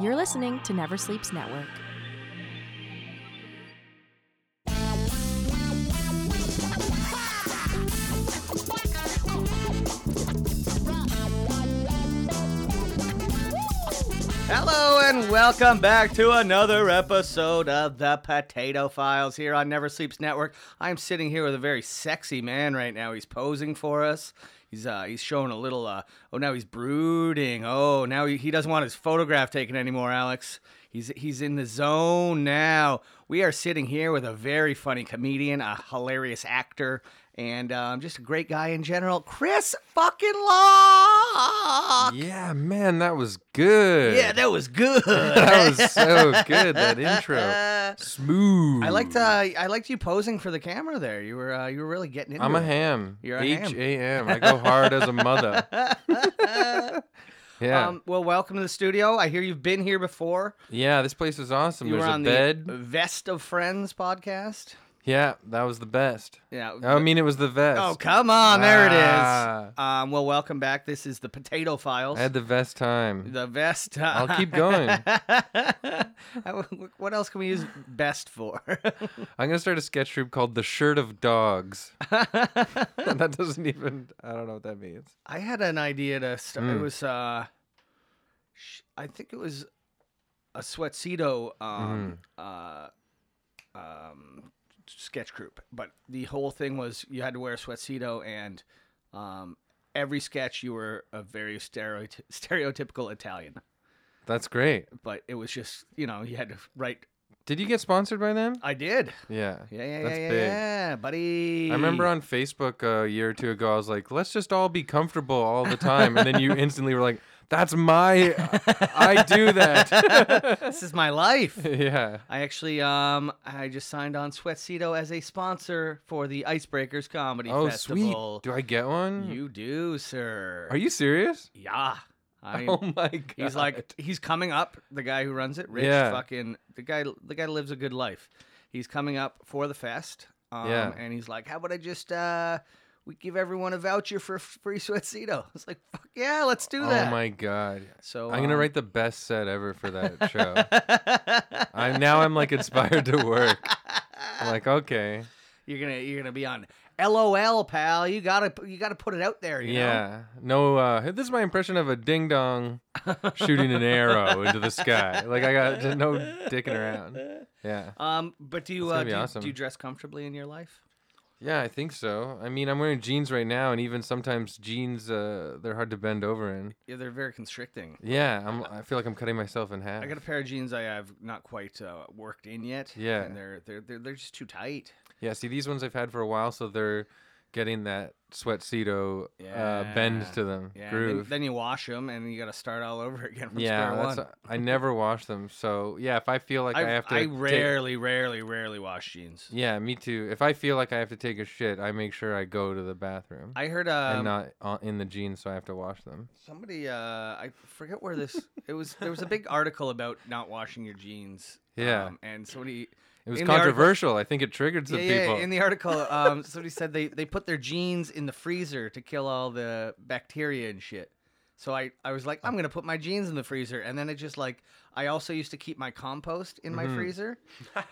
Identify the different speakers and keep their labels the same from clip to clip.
Speaker 1: You're listening to Never Sleeps Network.
Speaker 2: Hello and welcome back to another episode of the Potato Files here on Never Sleeps Network. I'm sitting here with a very sexy man right now. He's posing for us. He's uh, he's showing a little. Uh, oh, now he's brooding. Oh, now he, he doesn't want his photograph taken anymore, Alex. He's he's in the zone now. We are sitting here with a very funny comedian, a hilarious actor, and um, just a great guy in general, Chris fucking Lock.
Speaker 3: Yeah, man, that was good.
Speaker 2: Yeah, that was good.
Speaker 3: that was so good. That intro, smooth.
Speaker 2: I liked uh, I liked you posing for the camera there. You were uh, you were really getting into
Speaker 3: I'm a
Speaker 2: it.
Speaker 3: ham.
Speaker 2: You're a ham.
Speaker 3: H A M. I go hard as a mother. yeah,
Speaker 2: Um, well, welcome to the studio. I hear you've been here before.
Speaker 3: yeah. This place is awesome.
Speaker 2: You
Speaker 3: There's
Speaker 2: were on
Speaker 3: a bed.
Speaker 2: the Vest of Friends podcast.
Speaker 3: Yeah, that was the best.
Speaker 2: Yeah.
Speaker 3: I mean, it was the vest.
Speaker 2: oh, come on, there it is.
Speaker 3: Ah.
Speaker 2: Um, well, welcome back. This is the Potato Files.
Speaker 3: I had the vest time.
Speaker 2: the vest.
Speaker 3: I'll keep going.
Speaker 2: what else can we use best for?
Speaker 3: I'm gonna start a sketch group called the Shirt of Dogs. that doesn't even. I don't know what that means.
Speaker 2: I had an idea to start.
Speaker 3: Mm.
Speaker 2: It was, uh, sh- I think it was a sweatcito um,
Speaker 3: Mm.
Speaker 2: uh, um, sketch group, but the whole thing was you had to wear a sweatcito, and um, every sketch you were a very stereoty- stereotypical Italian.
Speaker 3: That's great.
Speaker 2: But it was just you know you had to write.
Speaker 3: Did you get sponsored by them?
Speaker 2: I did.
Speaker 3: Yeah.
Speaker 2: Yeah, yeah,
Speaker 3: That's
Speaker 2: yeah, yeah,
Speaker 3: big.
Speaker 2: yeah, buddy.
Speaker 3: I remember on Facebook a year or two ago, I was like, let's just all be comfortable all the time. And then you instantly were like, that's my, I do that.
Speaker 2: this is my life.
Speaker 3: yeah.
Speaker 2: I actually, um, I just signed on Sweatcito as a sponsor for the Icebreakers Comedy
Speaker 3: Oh,
Speaker 2: Festival.
Speaker 3: sweet. Do I get one?
Speaker 2: You do, sir.
Speaker 3: Are you serious?
Speaker 2: Yeah. I,
Speaker 3: oh my God.
Speaker 2: he's like, he's coming up. The guy who runs it, Rich,
Speaker 3: Yeah.
Speaker 2: fucking the guy. The guy lives a good life. He's coming up for the fest. Um,
Speaker 3: Yeah.
Speaker 2: And he's like, how about I just, uh, we give everyone a voucher for a free Sweatcito. It's like, fuck yeah, let's do that.
Speaker 3: Oh my God.
Speaker 2: So
Speaker 3: I'm going to
Speaker 2: um,
Speaker 3: write the best set ever for that show. I'm Now I'm like inspired to work. I'm like, okay.
Speaker 2: You're gonna, you're gonna be on. LOL, pal. You gotta, you gotta put it out there. You know?
Speaker 3: yeah. No, uh, this is my impression of a ding dong shooting an arrow into the sky. Like, I got no dicking around. Yeah.
Speaker 2: Um, but do you, uh, do,
Speaker 3: That's gonna be
Speaker 2: you
Speaker 3: awesome.
Speaker 2: do you dress comfortably in your life?
Speaker 3: Yeah, I think so. I mean, I'm wearing jeans right now, and even sometimes jeans, uh, they're hard to bend over in.
Speaker 2: Yeah, they're very constricting.
Speaker 3: Yeah, I'm. I feel like I'm cutting myself in half.
Speaker 2: I got a pair of jeans I have not quite uh, worked in yet.
Speaker 3: Yeah.
Speaker 2: and they're they're they're, they're just too tight.
Speaker 3: Yeah, see, these ones I've had for a while, so they're getting that sweatcito uh, bend
Speaker 2: Yeah.
Speaker 3: to them
Speaker 2: Yeah, and then,
Speaker 3: groove.
Speaker 2: then you wash them and you got to start all over again from
Speaker 3: yeah,
Speaker 2: square
Speaker 3: that's,
Speaker 2: one.
Speaker 3: I never wash them, so yeah, if I feel like I,
Speaker 2: I've-
Speaker 3: have to,
Speaker 2: I
Speaker 3: take-
Speaker 2: rarely, rarely, rarely wash jeans.
Speaker 3: yeah, me too. If I feel like I have to take a shit, I make sure I go to the bathroom
Speaker 2: I heard
Speaker 3: and
Speaker 2: um,
Speaker 3: not on, in the jeans, so I have to wash them.
Speaker 2: somebody uh, I forget where this it was. There was a big article about not washing your jeans.
Speaker 3: Yeah.
Speaker 2: um, and somebody
Speaker 3: It was
Speaker 2: in the article-
Speaker 3: controversial. I think it triggered some
Speaker 2: yeah,
Speaker 3: people.
Speaker 2: Yeah, in the article, um, somebody said they, they put their jeans in the freezer to kill all the bacteria and shit. So I, I was like, I'm gonna put my jeans in the freezer, and then it just like I also used to keep my compost in
Speaker 3: Mm-hmm.
Speaker 2: my freezer,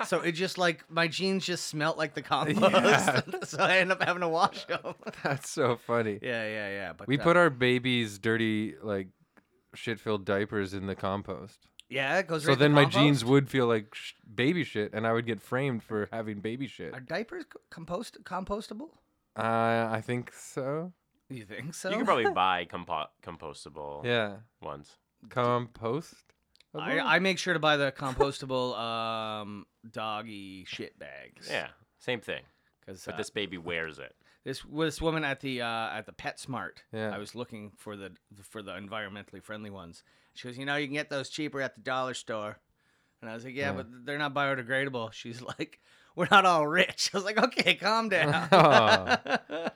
Speaker 2: so it just like my jeans just smelt like the compost,
Speaker 3: Yeah.
Speaker 2: so I end up having to wash them.
Speaker 3: That's so funny.
Speaker 2: yeah, yeah, yeah. But
Speaker 3: We
Speaker 2: uh,
Speaker 3: put our baby's dirty, like, shit filled diapers in the compost.
Speaker 2: yeah, it goes.
Speaker 3: So
Speaker 2: right to
Speaker 3: then my
Speaker 2: compost.
Speaker 3: jeans would feel like sh- baby shit, and I would get framed for having baby shit.
Speaker 2: are diapers co- compost compostable.
Speaker 3: Uh, I think so.
Speaker 2: You think so?
Speaker 4: You can probably buy compo- compostable
Speaker 3: Yeah.
Speaker 4: ones.
Speaker 3: Compost?
Speaker 2: I, I make sure to buy the compostable um, doggy shit bags.
Speaker 4: Yeah, same thing.
Speaker 2: because
Speaker 4: But this baby wears it.
Speaker 2: uh, This this woman at the uh, at the PetSmart.
Speaker 3: Yeah.
Speaker 2: I was looking for the for the environmentally friendly ones. She goes, you know, you can get those cheaper at the dollar store. And I was like, yeah,
Speaker 3: Yeah.
Speaker 2: but they're not biodegradable. She's like, we're not all rich. I was like, okay, calm down.
Speaker 3: Oh.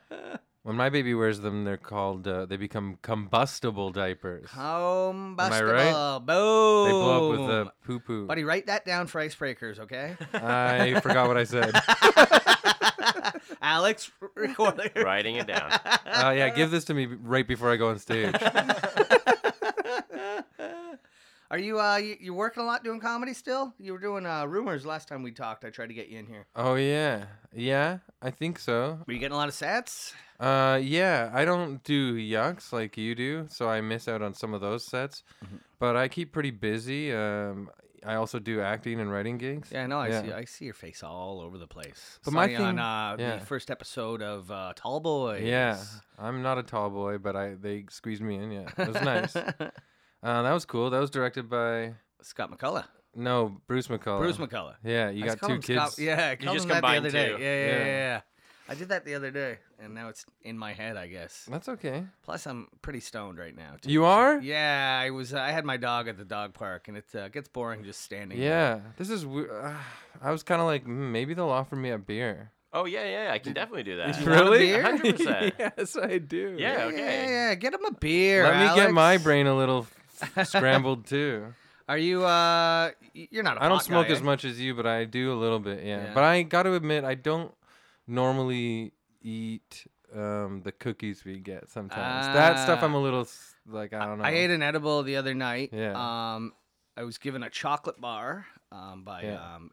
Speaker 3: when my baby wears them, they're called, uh, they become combustible diapers.
Speaker 2: Combustible.
Speaker 3: right?
Speaker 2: Boom.
Speaker 3: They blow up with the poo poo.
Speaker 2: Oh. Buddy, write that down for icebreakers, okay?
Speaker 3: I forgot what I said.
Speaker 2: Alex, r- record it.
Speaker 4: Writing it down.
Speaker 3: Uh, yeah, give this to me right before I go on stage.
Speaker 2: Are you uh you, you working a lot doing comedy still? You were doing uh rumors last time we talked. I tried to get you in here.
Speaker 3: Oh yeah, yeah. I think so.
Speaker 2: Were you getting a lot of sets?
Speaker 3: Uh, yeah. I don't do yucks like you do, so I miss out on some of those sets.
Speaker 2: Mm-hmm.
Speaker 3: But I keep pretty busy. Um, I also do acting and writing gigs.
Speaker 2: Yeah, no, I
Speaker 3: Yeah.
Speaker 2: see I see your face all over the place.
Speaker 3: But my
Speaker 2: Sonny on
Speaker 3: thing-
Speaker 2: uh,
Speaker 3: yeah.
Speaker 2: the first episode of uh, Tall Boys.
Speaker 3: Yeah, I'm not a tall boy, but I they squeezed me in. Yeah, it was nice. uh, that was cool. That was directed by
Speaker 2: Scott McCullough.
Speaker 3: no Bruce McCullough.
Speaker 2: Bruce McCullough.
Speaker 3: Oh, Yeah, you
Speaker 2: I just
Speaker 3: got
Speaker 2: call
Speaker 3: two
Speaker 2: him Scott-
Speaker 3: kids.
Speaker 2: Yeah, I called
Speaker 4: just
Speaker 2: him that the
Speaker 4: combined
Speaker 2: other day.
Speaker 4: two.
Speaker 2: Yeah, yeah,
Speaker 3: Yeah.
Speaker 2: yeah, yeah. I did that the other day, and now it's in my head, I guess.
Speaker 3: That's okay.
Speaker 2: Plus, I'm pretty stoned right now. Too.
Speaker 3: You are?
Speaker 2: Yeah, I was. uh, I had my dog at the dog park, and it uh, gets boring just standing. there.
Speaker 3: Yeah. This is. we- Uh, I was kind of like, mm, maybe they'll offer me a beer.
Speaker 4: Oh yeah, yeah, I can definitely do that.
Speaker 2: you want a
Speaker 3: Really?
Speaker 2: beer?
Speaker 4: 100%.
Speaker 3: yes, I do.
Speaker 4: Yeah,
Speaker 2: Yeah,
Speaker 4: okay.
Speaker 2: yeah, yeah. Get him a beer.
Speaker 3: Let me get my
Speaker 2: Alex.
Speaker 3: brain a little f- scrambled too.
Speaker 2: Are you? uh y- You're not. I
Speaker 3: I don't smoke as much as you, but I do a little bit. Yeah.
Speaker 2: Yeah.
Speaker 3: But I got to admit, I don't normally eat um, the cookies we get sometimes. that stuff
Speaker 2: Ah.
Speaker 3: I'm a little s- like I don't know.
Speaker 2: I ate an edible the other night.
Speaker 3: Yeah.
Speaker 2: Um, I was given a chocolate bar um, by,
Speaker 3: Yeah.
Speaker 2: um,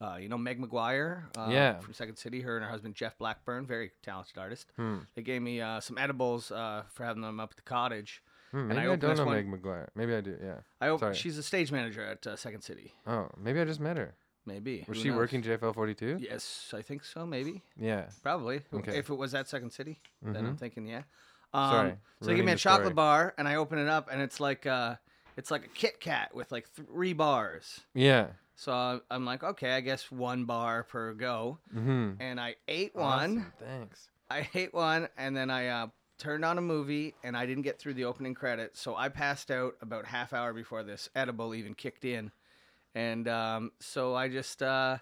Speaker 2: uh, you know, Meg McGuire uh,
Speaker 3: Yeah.
Speaker 2: from Second City. Her and her husband, Jeff Blackburn, very talented artist.
Speaker 3: Hmm.
Speaker 2: They gave me uh, some edibles uh, for having them up at the cottage.
Speaker 3: Hmm,
Speaker 2: I
Speaker 3: maybe I,
Speaker 2: opened
Speaker 3: don't
Speaker 2: this
Speaker 3: know
Speaker 2: one-
Speaker 3: Meg McGuire. Maybe I do. Yeah.
Speaker 2: I op-
Speaker 3: Sorry.
Speaker 2: She's a stage manager at uh, Second City.
Speaker 3: Oh, maybe I just met her.
Speaker 2: Maybe.
Speaker 3: Was
Speaker 2: Who
Speaker 3: she
Speaker 2: knows?
Speaker 3: working JFL 42?
Speaker 2: Yes, I think so. Maybe.
Speaker 3: Yeah.
Speaker 2: Probably.
Speaker 3: Okay. Mm-hmm.
Speaker 2: If it was at Second City, then I'm thinking, yeah. Um,
Speaker 3: Sorry,
Speaker 2: So they give me
Speaker 3: ruining
Speaker 2: a
Speaker 3: the
Speaker 2: chocolate
Speaker 3: story.
Speaker 2: bar, and I open it up, and it's like uh, it's like a Kit Kat with like three bars.
Speaker 3: Yeah.
Speaker 2: So I- I'm like, okay, I guess one bar per go.
Speaker 3: Mm-hmm.
Speaker 2: And I ate one.
Speaker 3: Thanks.
Speaker 2: I ate one, and then I uh, turned on a movie, and I didn't get through the opening credits, so I passed out about half hour before this edible even kicked in, and um, so I just. Uh,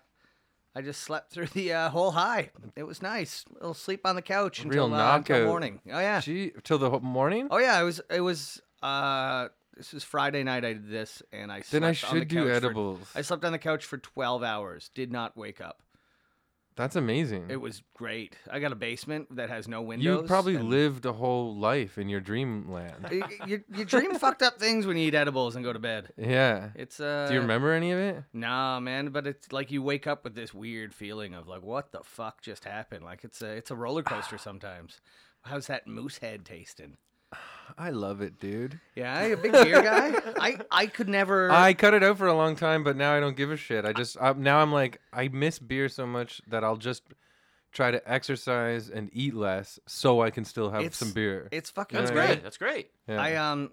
Speaker 2: I just slept through the uh, whole high. It was nice. A little sleep on the couch
Speaker 3: Real
Speaker 2: until, uh, until
Speaker 3: knockout.
Speaker 2: morning. Oh yeah.
Speaker 3: She till the whole morning.
Speaker 2: Oh yeah. It was. It was. Uh, this was Friday night. I did this, and I.
Speaker 3: then I
Speaker 2: slept on the
Speaker 3: should do
Speaker 2: couch for-
Speaker 3: edibles.
Speaker 2: I slept on the couch for twelve hours. Did not wake up.
Speaker 3: That's amazing.
Speaker 2: It was great. I got a basement that has no windows.
Speaker 3: you probably
Speaker 2: and-
Speaker 3: lived a whole life in your dreamland.
Speaker 2: you, you, you dream fucked up things when you eat edibles and go to bed.
Speaker 3: yeah.
Speaker 2: It's uh.
Speaker 3: Do you remember any of it?
Speaker 2: Nah, man. But it's like you wake up with this weird feeling of like, what the fuck just happened? Like it's a it's a roller coaster sometimes. How's that moose head tasting?
Speaker 3: I love it, dude.
Speaker 2: Yeah, you a big beer guy. I I could never.
Speaker 3: I cut it out for a long time, but now I don't give a shit. I just I, now I'm like I miss beer so much that I'll just try to exercise and eat less so I can still have
Speaker 2: It's-
Speaker 3: some beer.
Speaker 2: It's fucking
Speaker 4: That's
Speaker 3: Yeah.
Speaker 2: great.
Speaker 4: great. That's great.
Speaker 3: Yeah.
Speaker 2: I um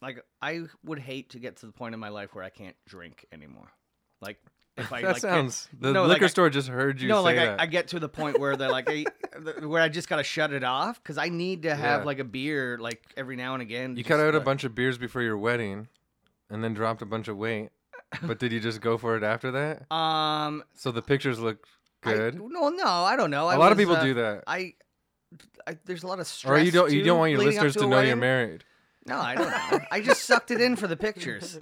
Speaker 2: like I would hate to get to the point in my life where I can't drink anymore. Like if I
Speaker 3: that
Speaker 2: like, get-
Speaker 3: sounds. The
Speaker 2: No, like
Speaker 3: liquor
Speaker 2: I-
Speaker 3: store just heard you
Speaker 2: no,
Speaker 3: say
Speaker 2: like
Speaker 3: that.
Speaker 2: I, I get to the point where they're like, I, where I just gotta shut it off because I need to have
Speaker 3: Yeah.
Speaker 2: like a beer like every now and again.
Speaker 3: you
Speaker 2: just
Speaker 3: cut out a
Speaker 2: to-
Speaker 3: bunch of beers before your wedding, and then dropped a bunch of weight. But did you just go for it after that?
Speaker 2: Um,
Speaker 3: So the pictures look
Speaker 2: I-
Speaker 3: good.
Speaker 2: no, no, I don't know.
Speaker 3: A
Speaker 2: I
Speaker 3: lot of
Speaker 2: was,
Speaker 3: people
Speaker 2: uh,
Speaker 3: do that.
Speaker 2: I, I there's a lot of stress.
Speaker 3: Or you don't you
Speaker 2: too
Speaker 3: don't want your
Speaker 2: leading up
Speaker 3: listeners to,
Speaker 2: a
Speaker 3: know you're
Speaker 2: wedding.
Speaker 3: married.
Speaker 2: No, I don't know. I just sucked it in for the pictures.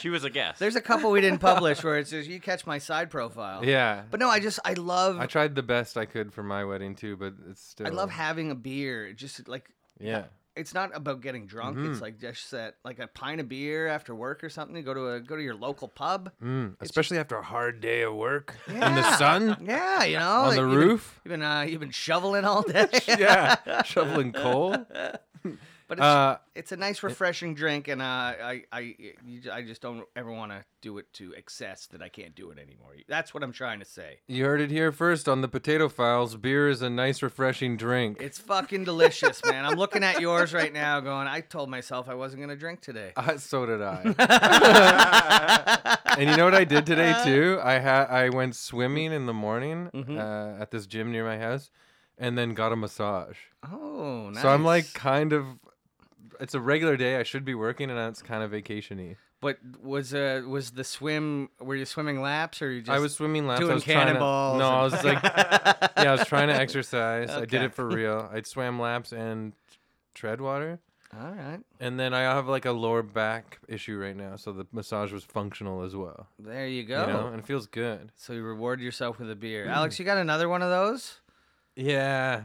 Speaker 4: She was a guest.
Speaker 2: There's a couple we didn't publish where it's just you catch my side profile.
Speaker 3: Yeah.
Speaker 2: Oh. But no, I just I love
Speaker 3: I tried the best I could for my wedding too, but it's still.
Speaker 2: I love having a beer. It Just like
Speaker 3: Yeah.
Speaker 2: it's not about getting drunk.
Speaker 3: Mm-hmm.
Speaker 2: It's like just that like a pint of beer after work or something. Go to a go to your local pub.
Speaker 3: Mm, especially after a hard day of work in
Speaker 2: Yeah.
Speaker 3: the sun
Speaker 2: Yeah, you know,
Speaker 3: on
Speaker 2: like,
Speaker 3: the
Speaker 2: you've been-
Speaker 3: roof.
Speaker 2: you've been uh, you've been shoveling all day.
Speaker 3: yeah, shoveling coal.
Speaker 2: but it's,
Speaker 3: Uh,
Speaker 2: it's a nice refreshing drink, and uh, I I you j- I just don't ever want to do it to excess that I can't do it anymore. That's what I'm trying to say.
Speaker 3: you heard it here first on the Potato Files. Beer is a nice, refreshing drink.
Speaker 2: It's fucking delicious, man. I'm looking at yours right now, going. I told myself I wasn't gonna drink today.
Speaker 3: Uh, so did I. and you know what I did today
Speaker 2: Uh-huh.
Speaker 3: too? I had I went swimming in the morning
Speaker 2: Mm-hmm.
Speaker 3: uh, at this gym near my house, and then got a massage.
Speaker 2: Oh, nice.
Speaker 3: So I'm like kind of. It's a regular day. I should be working, and it's kind of vacationy.
Speaker 2: But was uh was the swim? Were you swimming laps or you just?
Speaker 3: I was swimming laps.
Speaker 2: doing
Speaker 3: I was trying to-
Speaker 2: cannonballs
Speaker 3: no, I
Speaker 2: and-
Speaker 3: was like, yeah, I was trying to exercise. I did
Speaker 2: Okay.
Speaker 3: it for real. I swam laps and tread water,
Speaker 2: All right,
Speaker 3: and then I have like a lower back issue right now, so the massage was functional as well.
Speaker 2: there you
Speaker 3: You Hmm.
Speaker 2: go.
Speaker 3: know, and it feels good.
Speaker 2: So you reward yourself with a beer, Alex. You got another one of those?
Speaker 3: Yeah.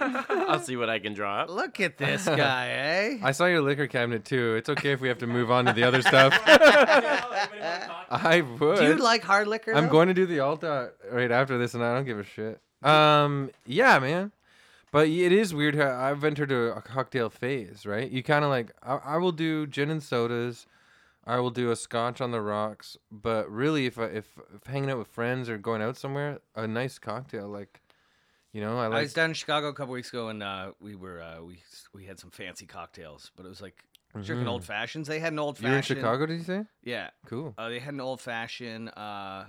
Speaker 4: I'll see what I can draw up.
Speaker 2: Look at this guy, eh?
Speaker 3: I saw your liquor cabinet too. It's okay if we have to move on to the other stuff. I would.
Speaker 2: Do you like hard liquor?
Speaker 3: I'm
Speaker 2: though?
Speaker 3: going to do the Alta right after this, and I don't give a shit. Um, yeah, man. But it is weird how I've entered a, a cocktail phase, right? You kind of like I, I will do gin and sodas, I will do a scotch on the rocks, but really, if I, if, if hanging out with friends or going out somewhere, a nice cocktail, like you know, I
Speaker 2: I
Speaker 3: like
Speaker 2: was down in Chicago a couple weeks ago, and uh, we were uh, we we had some fancy cocktails, but it was like drinking old fashions. They had an old
Speaker 3: you're in
Speaker 2: fashioned.
Speaker 3: Chicago. Did Mm. you say
Speaker 2: Yeah,
Speaker 3: cool?
Speaker 2: uh, they had an old fashioned. Uh,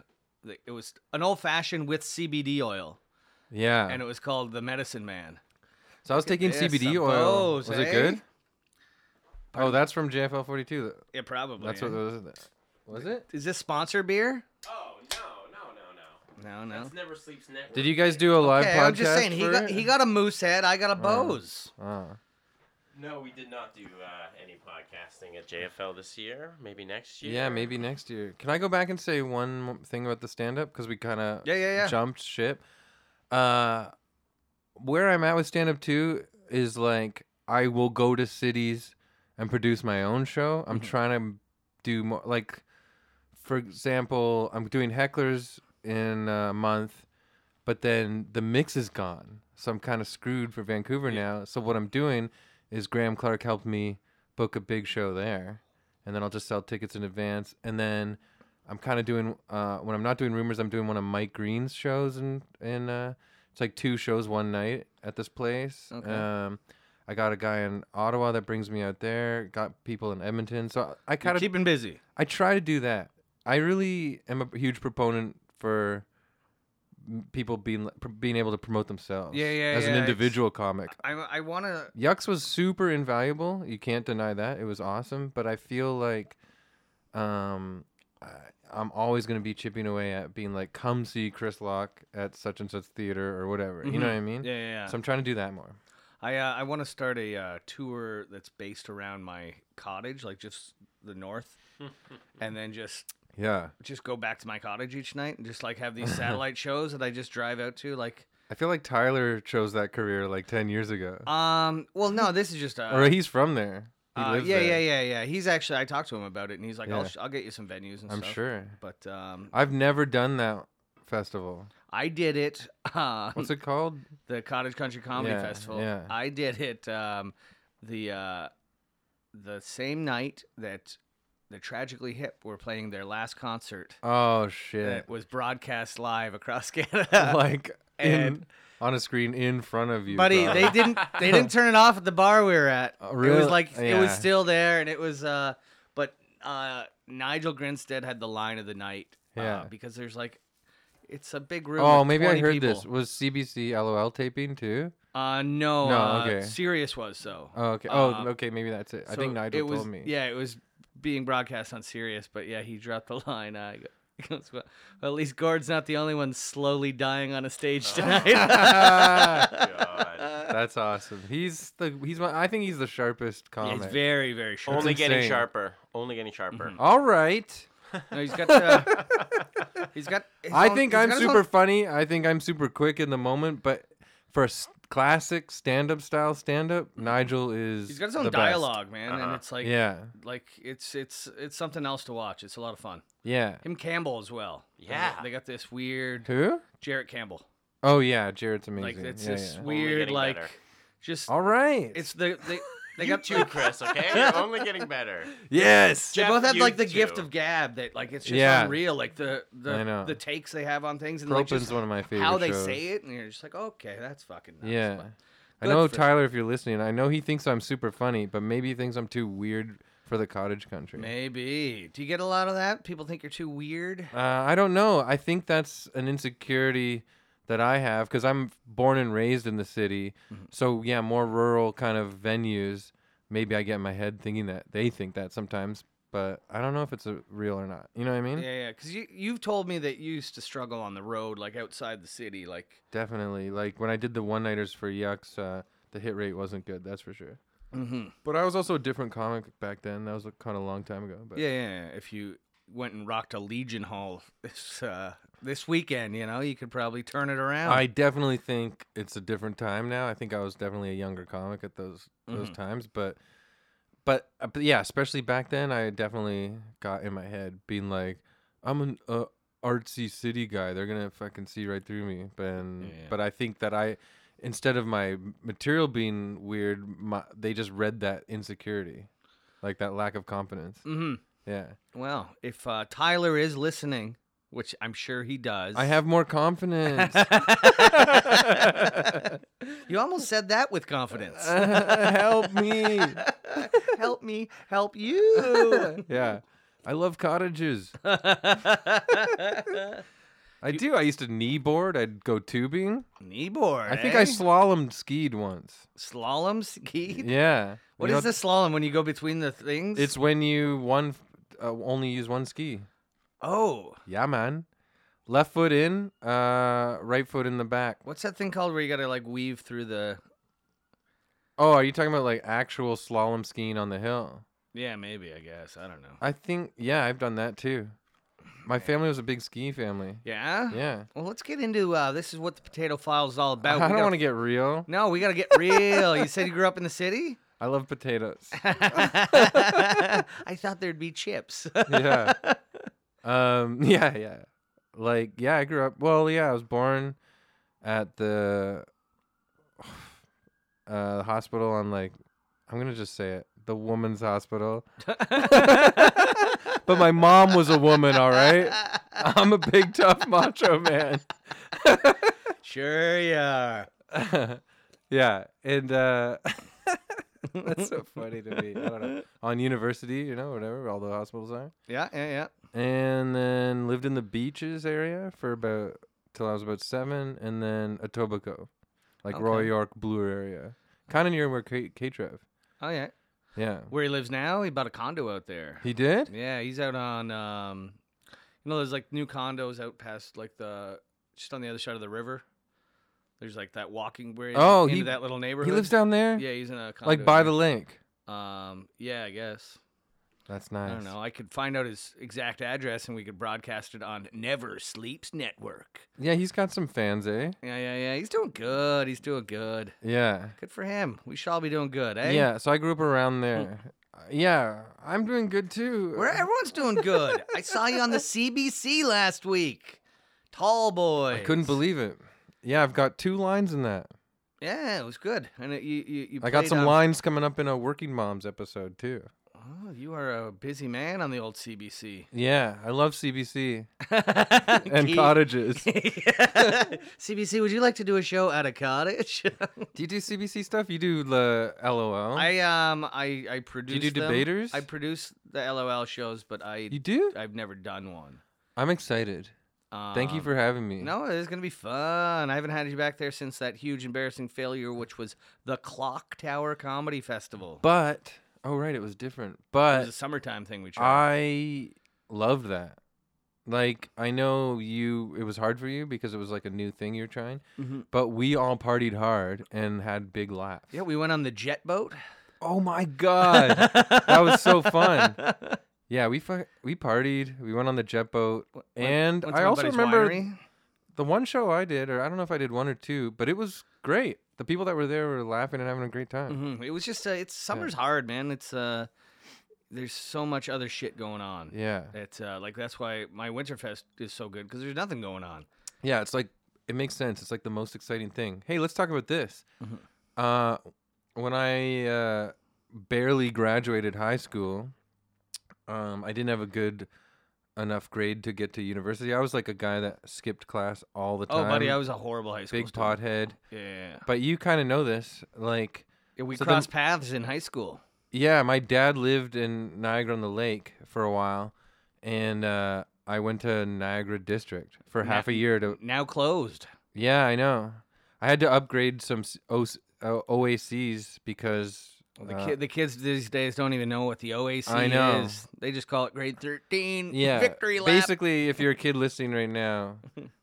Speaker 2: th- it was an old fashioned with CBD oil,
Speaker 3: Yeah.
Speaker 2: and it was called the Medicine Man.
Speaker 3: so I was taking
Speaker 2: this,
Speaker 3: CBD
Speaker 2: some
Speaker 3: oil.
Speaker 2: bows,
Speaker 3: was
Speaker 2: eh?
Speaker 3: it good? Oh, that's from JFL 42.
Speaker 2: Yeah, probably.
Speaker 3: That's what
Speaker 2: eh?
Speaker 3: was it? Was it?
Speaker 2: Is this sponsor beer?
Speaker 4: Oh no, no, no, no.
Speaker 2: No, no.
Speaker 4: That's never sleeps network.
Speaker 3: Did you guys do a live
Speaker 2: Hey,
Speaker 3: podcast?
Speaker 2: I'm just saying he
Speaker 3: for
Speaker 2: got
Speaker 3: it?
Speaker 2: he got a moose head, I got a Bose.
Speaker 3: Oh.
Speaker 4: No, we did not do uh, any podcasting at JFL this year. Maybe next year.
Speaker 3: Yeah, maybe next year. Can I go back and say one mo- thing about the stand up because we kind of
Speaker 2: Yeah, yeah, yeah.
Speaker 3: jumped ship. Uh, where I'm at with stand up too is like I will go to cities and produce my own show. I'm trying to do more like for example, I'm doing hecklers in a month, but then the mix is gone. So I'm kind of screwed for Vancouver now. So what I'm doing is Graham Clark helped me book a big show there, and then I'll just sell tickets in advance. And then I'm kind of doing uh, when I'm not doing rumors, I'm doing one of Mike Green's shows, and and uh, it's like two shows one night at this place.
Speaker 2: Okay.
Speaker 3: Um, I got a guy in Ottawa that brings me out there. Got people in Edmonton, so I kind of
Speaker 2: Keep him busy.
Speaker 3: I try to do that. I really am a huge proponent for m- people being pr- being able to promote themselves.
Speaker 2: Yeah, yeah,
Speaker 3: As an
Speaker 2: yeah, it's-
Speaker 3: individual comic,
Speaker 2: I I want to
Speaker 3: Yucks was super invaluable. You can't deny that. It was awesome, but I feel like um I, I'm always going to be chipping away at being like come see Chris Locke at such and such theater or whatever. You know what I mean?
Speaker 2: Yeah, Mm-hmm. yeah, yeah.
Speaker 3: So I'm trying to do that more.
Speaker 2: I uh, I want to start a uh, tour that's based around my cottage, like just the north, and then just
Speaker 3: Yeah.
Speaker 2: just go back to my cottage each night and just like have these satellite shows that I just drive out to. Like,
Speaker 3: I feel like Tyler chose that career like 10 years ago.
Speaker 2: um, well, no, this is just uh,
Speaker 3: or he's from there. He
Speaker 2: uh,
Speaker 3: lives
Speaker 2: yeah,
Speaker 3: there.
Speaker 2: yeah, yeah, yeah. He's actually I talked to him about it, and he's like, I'll
Speaker 3: Yeah.
Speaker 2: sh- I'll get you some venues and
Speaker 3: I'm
Speaker 2: stuff.
Speaker 3: sure.
Speaker 2: But um,
Speaker 3: I've never done that festival.
Speaker 2: I did it. Uh,
Speaker 3: What's it called?
Speaker 2: the Cottage Country Comedy
Speaker 3: Yeah,
Speaker 2: Festival.
Speaker 3: yeah.
Speaker 2: I did it um, the uh, the same night that the Tragically Hip were playing their last concert.
Speaker 3: Oh shit!
Speaker 2: That was broadcast live across Canada.
Speaker 3: like in,
Speaker 2: And-
Speaker 3: on a screen in front of you,
Speaker 2: Buddy,
Speaker 3: probably.
Speaker 2: they didn't they didn't turn it off at the bar we were at.
Speaker 3: Oh,
Speaker 2: It
Speaker 3: really?
Speaker 2: was like it was
Speaker 3: Yeah.
Speaker 2: still there, and it was. Uh, but uh, Nigel Grinstead had the line of the night. uh,
Speaker 3: Yeah.
Speaker 2: because there's like, it's a big room.
Speaker 3: Oh,
Speaker 2: with
Speaker 3: maybe I
Speaker 2: 20
Speaker 3: heard this.
Speaker 2: people.
Speaker 3: Was CBC LOL taping too?
Speaker 2: Uh, no,
Speaker 3: No,
Speaker 2: uh,
Speaker 3: okay.
Speaker 2: Sirius was so.
Speaker 3: Oh, okay. Oh,
Speaker 2: Uh,
Speaker 3: okay. Maybe that's it. I
Speaker 2: So
Speaker 3: think Nigel
Speaker 2: it was,
Speaker 3: told me.
Speaker 2: Yeah, it was being broadcast on Sirius, but yeah, he dropped the line. Uh, he go- he goes, well, well, at least Gord's not the only one slowly dying on a stage tonight.
Speaker 3: Ah,
Speaker 4: Oh, God.
Speaker 3: that's awesome. He's the he's my, I think he's the sharpest comic.
Speaker 2: He's very, very short.
Speaker 4: Only getting
Speaker 3: insane. Mm-hmm.
Speaker 4: sharper. Only getting sharper.
Speaker 3: All right.
Speaker 2: No, he's got. Uh, he's got. his
Speaker 3: I
Speaker 2: own-
Speaker 3: think
Speaker 2: he's
Speaker 3: I'm
Speaker 2: got his own-
Speaker 3: super funny. I think I'm super quick in the moment, but for s- classic stand-up style stand-up, Nigel is
Speaker 2: Mm-hmm. He's got his own
Speaker 3: the best.
Speaker 2: dialogue, man,
Speaker 4: Uh-huh.
Speaker 2: and it's like,
Speaker 3: Yeah.
Speaker 2: like it's it's it's something else to watch. It's a lot of fun.
Speaker 3: Yeah.
Speaker 2: Him Campbell as well. They-
Speaker 4: Yeah.
Speaker 2: they got this weird
Speaker 3: Who?
Speaker 2: Jarrett Campbell.
Speaker 3: Oh yeah, Jared's
Speaker 2: Like
Speaker 3: amazing.
Speaker 2: it's
Speaker 3: Yeah,
Speaker 2: this
Speaker 3: yeah. Oh.
Speaker 2: weird
Speaker 4: getting
Speaker 2: like,
Speaker 4: better.
Speaker 2: just
Speaker 3: All right.
Speaker 2: it's the they they
Speaker 4: You
Speaker 2: got
Speaker 4: too,
Speaker 2: like-
Speaker 4: Chris. Okay, you're only getting better.
Speaker 3: yes.
Speaker 2: They
Speaker 4: Jeff,
Speaker 2: both have
Speaker 4: you
Speaker 2: like the gift
Speaker 4: too.
Speaker 2: of gab that like it's just
Speaker 3: Yeah.
Speaker 2: unreal. Like the
Speaker 3: I
Speaker 2: the,
Speaker 3: know.
Speaker 2: the takes they have on things and like
Speaker 3: Propen's
Speaker 2: just
Speaker 3: one of my favorite.
Speaker 2: how they
Speaker 3: shows.
Speaker 2: say it, and you're just like, okay, that's fucking nuts.
Speaker 3: Yeah.
Speaker 2: But-
Speaker 3: I
Speaker 2: Good
Speaker 3: know
Speaker 2: for-
Speaker 3: Tyler, if you're listening, I know he thinks I'm super funny, but maybe he thinks I'm too weird for the cottage country.
Speaker 2: Maybe. Do you get a lot of that? People think you're too weird.
Speaker 3: Uh, I don't know. I think that's an insecurity that I have because I'm born and raised in the city.
Speaker 2: Mm-hmm.
Speaker 3: So yeah, more rural kind of venues. Maybe I get in my head thinking that they think that sometimes, but I don't know if it's a real or not. You know what I mean?
Speaker 2: Yeah, yeah. Because you you've told me that you used to struggle on the road, like outside the city, like
Speaker 3: Definitely. Like when I did the one nighters for Yucks, uh, the hit rate wasn't good. That's for sure. Mm-hmm. But I was also a different comic back then. That was kind of a long time ago. But
Speaker 2: yeah, yeah, yeah. If you went and rocked a Legion Hall, it's uh, this weekend, you know, you could probably turn it around.
Speaker 3: I definitely think it's a different time now. I think I was definitely a younger comic at those those
Speaker 2: Mhm.
Speaker 3: times, but but, uh, but yeah, especially back then, I definitely got in my head being like, I'm an uh, artsy city guy. They're gonna fucking see right through me. But
Speaker 4: Yeah.
Speaker 3: but I think that I instead of my material being weird, my, they just read that insecurity, like that lack of confidence.
Speaker 2: hmm
Speaker 3: Yeah,
Speaker 2: Well, if uh, Tyler is listening, which I'm sure he does,
Speaker 3: I have more confidence.
Speaker 2: you almost said that with confidence.
Speaker 3: Help me.
Speaker 2: help me, help you.
Speaker 3: yeah. I love cottages. I do. I used to kneeboard. I'd go tubing.
Speaker 2: Kneeboard.
Speaker 3: I think
Speaker 2: eh?
Speaker 3: I slalomed skied once.
Speaker 2: slalom ski.
Speaker 3: Yeah.
Speaker 2: What
Speaker 3: You
Speaker 2: is
Speaker 3: know,
Speaker 2: the slalom when you go between the things?
Speaker 3: It's when you one uh, only use one ski.
Speaker 2: oh,
Speaker 3: Yeah, man. Left foot in, uh, right foot in the back.
Speaker 2: what's that thing called where you gotta like weave through the?
Speaker 3: Oh, are you talking about like actual slalom skiing on the hill?
Speaker 2: Yeah, maybe I guess I don't know.
Speaker 3: I think yeah, I've done that too. My family was a big ski family.
Speaker 2: Yeah.
Speaker 3: Yeah.
Speaker 2: Well, let's get into uh, this is what the potato file is all about. We
Speaker 3: I don't
Speaker 2: gotta-
Speaker 3: want to get real.
Speaker 2: No, we gotta get real. you said you grew up in the city.
Speaker 3: I love potatoes.
Speaker 2: I thought there'd be chips.
Speaker 3: yeah. Um, yeah, yeah. Like, yeah, I grew up. Well, yeah, I was born at the uh, hospital on like, I'm gonna just say it, the woman's hospital. but my mom was a woman, all right. I'm a big tough macho man.
Speaker 2: sure, you are.
Speaker 3: yeah, and uh, that's so funny to me. I don't know. On university, you know, whatever, all the hospitals are.
Speaker 2: Yeah, yeah, yeah.
Speaker 3: and then lived in the beaches area for about till I was about seven, and then Etobicoke, like Royal
Speaker 2: Okay.
Speaker 3: York Bloor area, kind of near where K Trev.
Speaker 2: Oh yeah.
Speaker 3: Yeah,
Speaker 2: Where he lives now, he bought a condo out there.
Speaker 3: he did.
Speaker 2: Yeah, he's out on um you know there's like new condos out past like the just on the other side of the river. There's like that walking bridge
Speaker 3: Oh,
Speaker 2: into
Speaker 3: he-
Speaker 2: that little neighborhood.
Speaker 3: He lives down there,
Speaker 2: Yeah, he's in a condo.
Speaker 3: like by
Speaker 2: there.
Speaker 3: the lake.
Speaker 2: um yeah, I guess.
Speaker 3: That's nice.
Speaker 2: I don't know. I could find out his exact address and we could broadcast it on Never Sleeps Network.
Speaker 3: Yeah, he's got some fans, eh?
Speaker 2: Yeah, yeah, yeah. He's doing good. He's doing good.
Speaker 3: Yeah,
Speaker 2: Good for him. We shall be doing good, eh?
Speaker 3: yeah. So I grew up around there. Uh, Yeah, I'm doing good too.
Speaker 2: Hmm. Where everyone's doing good. I saw you on the CBC last week. Tall boy.
Speaker 3: I couldn't believe it. Yeah, I've got two lines in that.
Speaker 2: Yeah, it was good. And it, you, you, you
Speaker 3: I got
Speaker 2: played uh,
Speaker 3: some
Speaker 2: on-
Speaker 3: lines coming up in a Working Moms episode too.
Speaker 2: Oh, you are a busy man on the old CBC.
Speaker 3: Yeah, I love CBC and
Speaker 2: and
Speaker 3: cottages.
Speaker 2: CBC, would you like to do a show at a cottage?
Speaker 3: Do you do CBC stuff? You do the LOL.
Speaker 2: I um I I produce. them.
Speaker 3: debaters?
Speaker 2: I produce the LOL shows, but I
Speaker 3: you do?
Speaker 2: I've never done one.
Speaker 3: I'm excited. Thank you
Speaker 2: Um,
Speaker 3: for having me.
Speaker 2: No, it's gonna be fun. I haven't had you back there since that huge embarrassing failure, which was the Clock Tower Comedy Festival.
Speaker 3: But oh right, it was different.
Speaker 2: it was
Speaker 3: But
Speaker 2: a summertime thing we tried.
Speaker 3: I loved that. Like I know you, it was hard for you because it was like a new thing you're trying.
Speaker 2: Mhm.
Speaker 3: But we all partied hard and had big laughs.
Speaker 2: yeah, we went on the jet boat.
Speaker 3: oh my god, that was so fun. Yeah, we fu- we partied. We went on the jet boat, and
Speaker 2: Went to
Speaker 3: I
Speaker 2: my
Speaker 3: also
Speaker 2: buddy's
Speaker 3: remember
Speaker 2: winery.
Speaker 3: the one show I did, or I don't know if I did one or two, but it was great. The people that were there were laughing and having a great time.
Speaker 2: Mhm. It was just uh, it's summer's hard, man. It's uh, there's so much other shit going on.
Speaker 3: Yeah.
Speaker 2: It's uh, like that's why my Winterfest is so good because there's nothing going on.
Speaker 3: Yeah, it's like it makes sense. It's like the most exciting thing. Hey, let's talk about this. Uh, when I uh, barely graduated high school, um, I didn't have a good enough grade to get to university. I was like a guy that skipped class all the
Speaker 2: Oh,
Speaker 3: time.
Speaker 2: buddy, I was a horrible high school
Speaker 3: big
Speaker 2: student.
Speaker 3: pothead.
Speaker 2: Yeah, yeah, yeah.
Speaker 3: But you kind of know this, like
Speaker 2: Yeah, we
Speaker 3: So then-
Speaker 2: crossed paths in high school.
Speaker 3: Yeah, my dad lived in Niagara on the Lake for a while, and uh, I went to Niagara District for
Speaker 2: Na-
Speaker 3: half a year to.
Speaker 2: Now closed.
Speaker 3: Yeah, I know. I had to upgrade some s- O- s- O- OACs because
Speaker 2: Well, Oh, the,
Speaker 3: uh,
Speaker 2: kid, the kids these days don't even know what the OAC
Speaker 3: I know.
Speaker 2: is. They just call it grade 13
Speaker 3: yeah,
Speaker 2: victory lap.
Speaker 3: Basically, if you're a kid listening right now,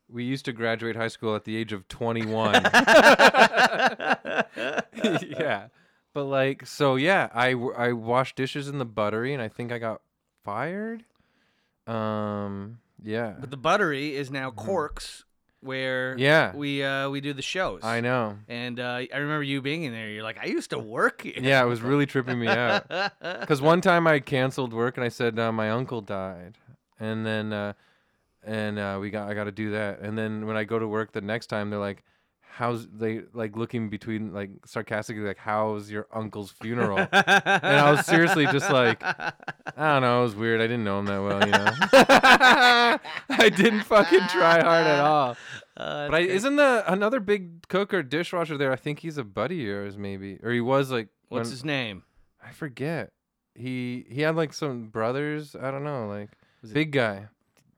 Speaker 3: we used to graduate high school at the age of 21. yeah, but like, so yeah, I w- I washed dishes in the buttery, and I think I got fired. Um, Yeah.
Speaker 2: But the buttery is now Corks, where
Speaker 3: Mm. Yeah.
Speaker 2: we uh, we do the shows.
Speaker 3: I know.
Speaker 2: And uh, I remember you being in there. You're like, I used to work here.
Speaker 3: Yeah, it was really tripping me out. Because one time I canceled work and I said uh, my uncle died, and then uh, and uh, we got I got to do that. And then when I go to work the next time, they're like, "How's they like looking between like sarcastically like How's your uncle's funeral?" and I was seriously just like, I don't know, it was weird. I didn't know him that well, you know. I didn't fucking try hard at all.
Speaker 2: Uh,
Speaker 3: But I, isn't the another big cook or dishwasher there? I think he's a buddy of yours, maybe, or he was like
Speaker 2: what's
Speaker 3: when-
Speaker 2: his name?
Speaker 3: I forget. He he had like some brothers. I don't know, like
Speaker 2: Was it-
Speaker 3: big guy,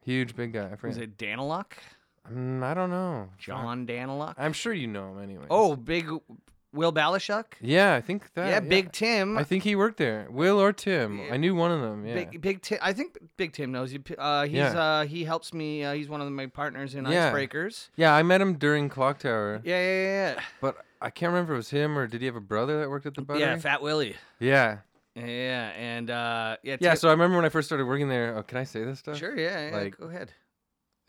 Speaker 3: huge big guy. I
Speaker 2: Was
Speaker 3: forget.
Speaker 2: it Daniluk?
Speaker 3: Mm, I don't know.
Speaker 2: John Daniluk?
Speaker 3: I'm sure you know him anyway.
Speaker 2: Oh, big Will Balashuk?
Speaker 3: yeah, I think that.
Speaker 2: yeah, Big Tim.
Speaker 3: I think he worked there. Will or Tim? I knew one of them. Yeah.
Speaker 2: Big Big Tim. I think Big Tim knows you. Uh, he's
Speaker 3: Yeah.
Speaker 2: uh, he helps me. Uh, he's one of my partners in
Speaker 3: Yeah.
Speaker 2: Icebreakers.
Speaker 3: Yeah, I met him during Clock Tower,
Speaker 2: Yeah, yeah, yeah.
Speaker 3: but I can't remember if it was him or did he have a brother that worked at the
Speaker 2: Yeah,
Speaker 3: buttery?
Speaker 2: yeah Fat Willie.
Speaker 3: yeah.
Speaker 2: Yeah, and uh, yeah,
Speaker 3: Yeah,
Speaker 2: Tim-
Speaker 3: So I remember when I first started working there. Oh, can I say this stuff?
Speaker 2: sure, yeah, yeah.
Speaker 3: like-
Speaker 2: go ahead.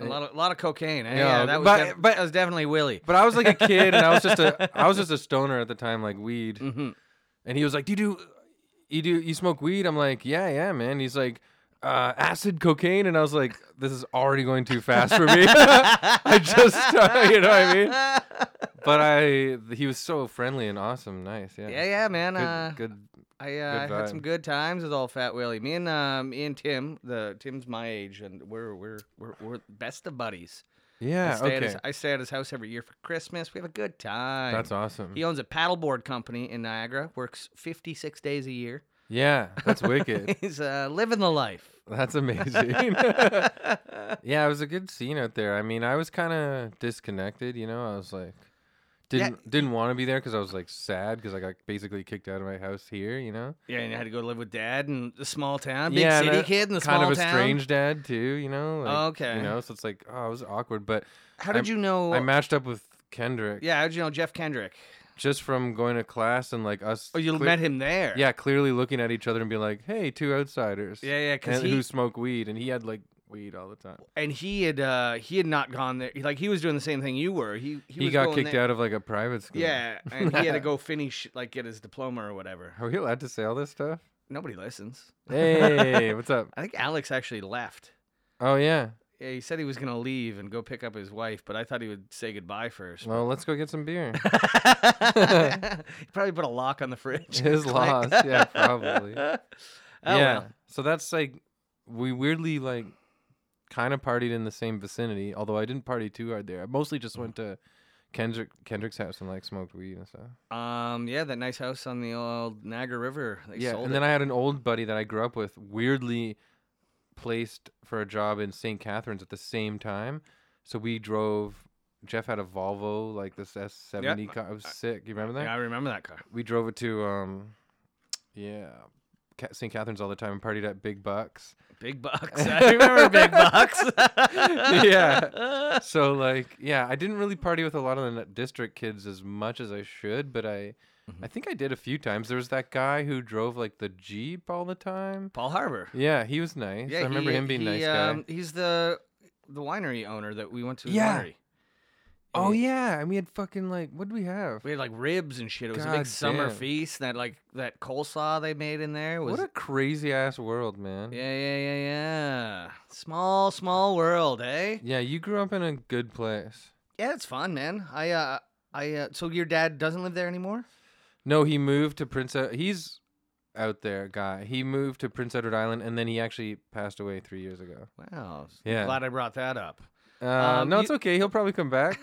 Speaker 2: A
Speaker 3: Eh.
Speaker 2: lot of lot of cocaine. eh?
Speaker 3: Yeah,
Speaker 2: Yeah, that was
Speaker 3: but-
Speaker 2: def-
Speaker 3: but-
Speaker 2: that was definitely Willie.
Speaker 3: But I was like a kid, and I was just a I was just a stoner at the time, like weed.
Speaker 2: Mhm.
Speaker 3: and he was like, "Do you do, you do, you smoke weed?" I'm like, "Yeah, yeah, man." He's like, uh, "Acid, cocaine," and I was like, "This is already going too fast for me." I just, you know what I mean? But I, he was so friendly and awesome, nice, yeah,
Speaker 2: Yeah, yeah, man.
Speaker 3: good,
Speaker 2: uh,
Speaker 3: good.
Speaker 2: I uh,
Speaker 3: good
Speaker 2: had some
Speaker 3: vibe.
Speaker 2: good times with old Fat Willie. Me and uh, me and Tim, the Tim's my age, and we're we're we're, we're best of buddies. I
Speaker 3: yeah,
Speaker 2: stay, at
Speaker 3: okay,
Speaker 2: his, I stay at his house every year for Christmas. We have a good time.
Speaker 3: that's awesome.
Speaker 2: He owns a paddleboard company in Niagara. Works fifty six days a year.
Speaker 3: Yeah, that's wicked.
Speaker 2: He's uh, living the life.
Speaker 3: That's amazing. yeah, it was a good scene out there. I mean, I was kind of disconnected, you know. I was like, didn't didn't want to be there because I was like sad because I got basically kicked out of my house here, you know.
Speaker 2: Yeah, and I had to go live with dad in the small town, big
Speaker 3: and
Speaker 2: city
Speaker 3: a-
Speaker 2: kid in the
Speaker 3: kind
Speaker 2: small
Speaker 3: of a
Speaker 2: town.
Speaker 3: strange dad too, you know. Like,
Speaker 2: Okay.
Speaker 3: You know, so it's like, oh, it was awkward, but
Speaker 2: How did
Speaker 3: I'm-
Speaker 2: you know?
Speaker 3: I matched up with Kendrick
Speaker 2: yeah, how did you know Jeff Kendrick?
Speaker 3: just from going to class and like us.
Speaker 2: Oh, you
Speaker 3: cle-
Speaker 2: met him there.
Speaker 3: Yeah, clearly looking at each other and being like, hey, two outsiders.
Speaker 2: yeah, yeah. Because
Speaker 3: and
Speaker 2: he
Speaker 3: who smoke weed, and he had like weed all the time.
Speaker 2: and he had uh he had not gone there. Like he was doing the same thing you were. He he,
Speaker 3: He,
Speaker 2: was
Speaker 3: got
Speaker 2: going
Speaker 3: kicked
Speaker 2: there-
Speaker 3: out of like a private school.
Speaker 2: Yeah, and he had to go finish like get his diploma or whatever.
Speaker 3: Are we allowed to say all this stuff?
Speaker 2: Nobody listens.
Speaker 3: Hey, what's up?
Speaker 2: I think Alex actually left.
Speaker 3: Oh yeah.
Speaker 2: Yeah, he said he was gonna leave and go pick up his wife, but I thought he would say goodbye first.
Speaker 3: Well, let's go get some beer.
Speaker 2: he probably put a lock on the fridge.
Speaker 3: His loss. Yeah, probably.
Speaker 2: Oh,
Speaker 3: yeah.
Speaker 2: well.
Speaker 3: So that's like we weirdly like kind of partied in the same vicinity, although I didn't party too hard there. I mostly just went to Kendrick Kendrick's house and like smoked weed and stuff.
Speaker 2: Um, yeah, that nice house on the old Niagara River. They
Speaker 3: yeah,
Speaker 2: sold
Speaker 3: and then I had an old buddy that I grew up with weirdly placed for a job in St. Catharines at the same time. So we drove Jeff had a Volvo, like this S seventy
Speaker 2: I-
Speaker 3: car. I was sick. You remember that?
Speaker 2: yeah, I remember that car.
Speaker 3: we drove it to um yeah Ca- st catharines all the time and partied at big bucks
Speaker 2: Big bucks. I remember big bucks.
Speaker 3: yeah so like yeah i didn't really party with a lot of the n- district kids as much as i should but i i think i did a few times there was that guy who drove like the jeep all the time
Speaker 2: Paul Harbor.
Speaker 3: yeah he was nice i remember
Speaker 2: he-
Speaker 3: him being
Speaker 2: he,
Speaker 3: nice guy
Speaker 2: um, he's the the winery owner that we went to. his
Speaker 3: Yeah.
Speaker 2: winery.
Speaker 3: oh yeah and we had fucking like what did we have
Speaker 2: We had like ribs and shit. It was a big
Speaker 3: God
Speaker 2: summer
Speaker 3: damn.
Speaker 2: feast. That like that coleslaw they made in there was
Speaker 3: what a crazy ass world man
Speaker 2: yeah yeah yeah yeah. Small small world, eh?
Speaker 3: yeah you grew up in a good place
Speaker 2: Yeah, it's fun, man. I uh I uh, so your dad doesn't live there anymore.
Speaker 3: No, he moved to Prince. Ed- he's out there, guy. He moved to Prince Edward Island, and then he actually passed away three years ago.
Speaker 2: Wow. s-
Speaker 3: Yeah.
Speaker 2: Glad I brought that up.
Speaker 3: Uh,
Speaker 2: Um,
Speaker 3: no,
Speaker 2: you-
Speaker 3: it's okay. He'll probably come back.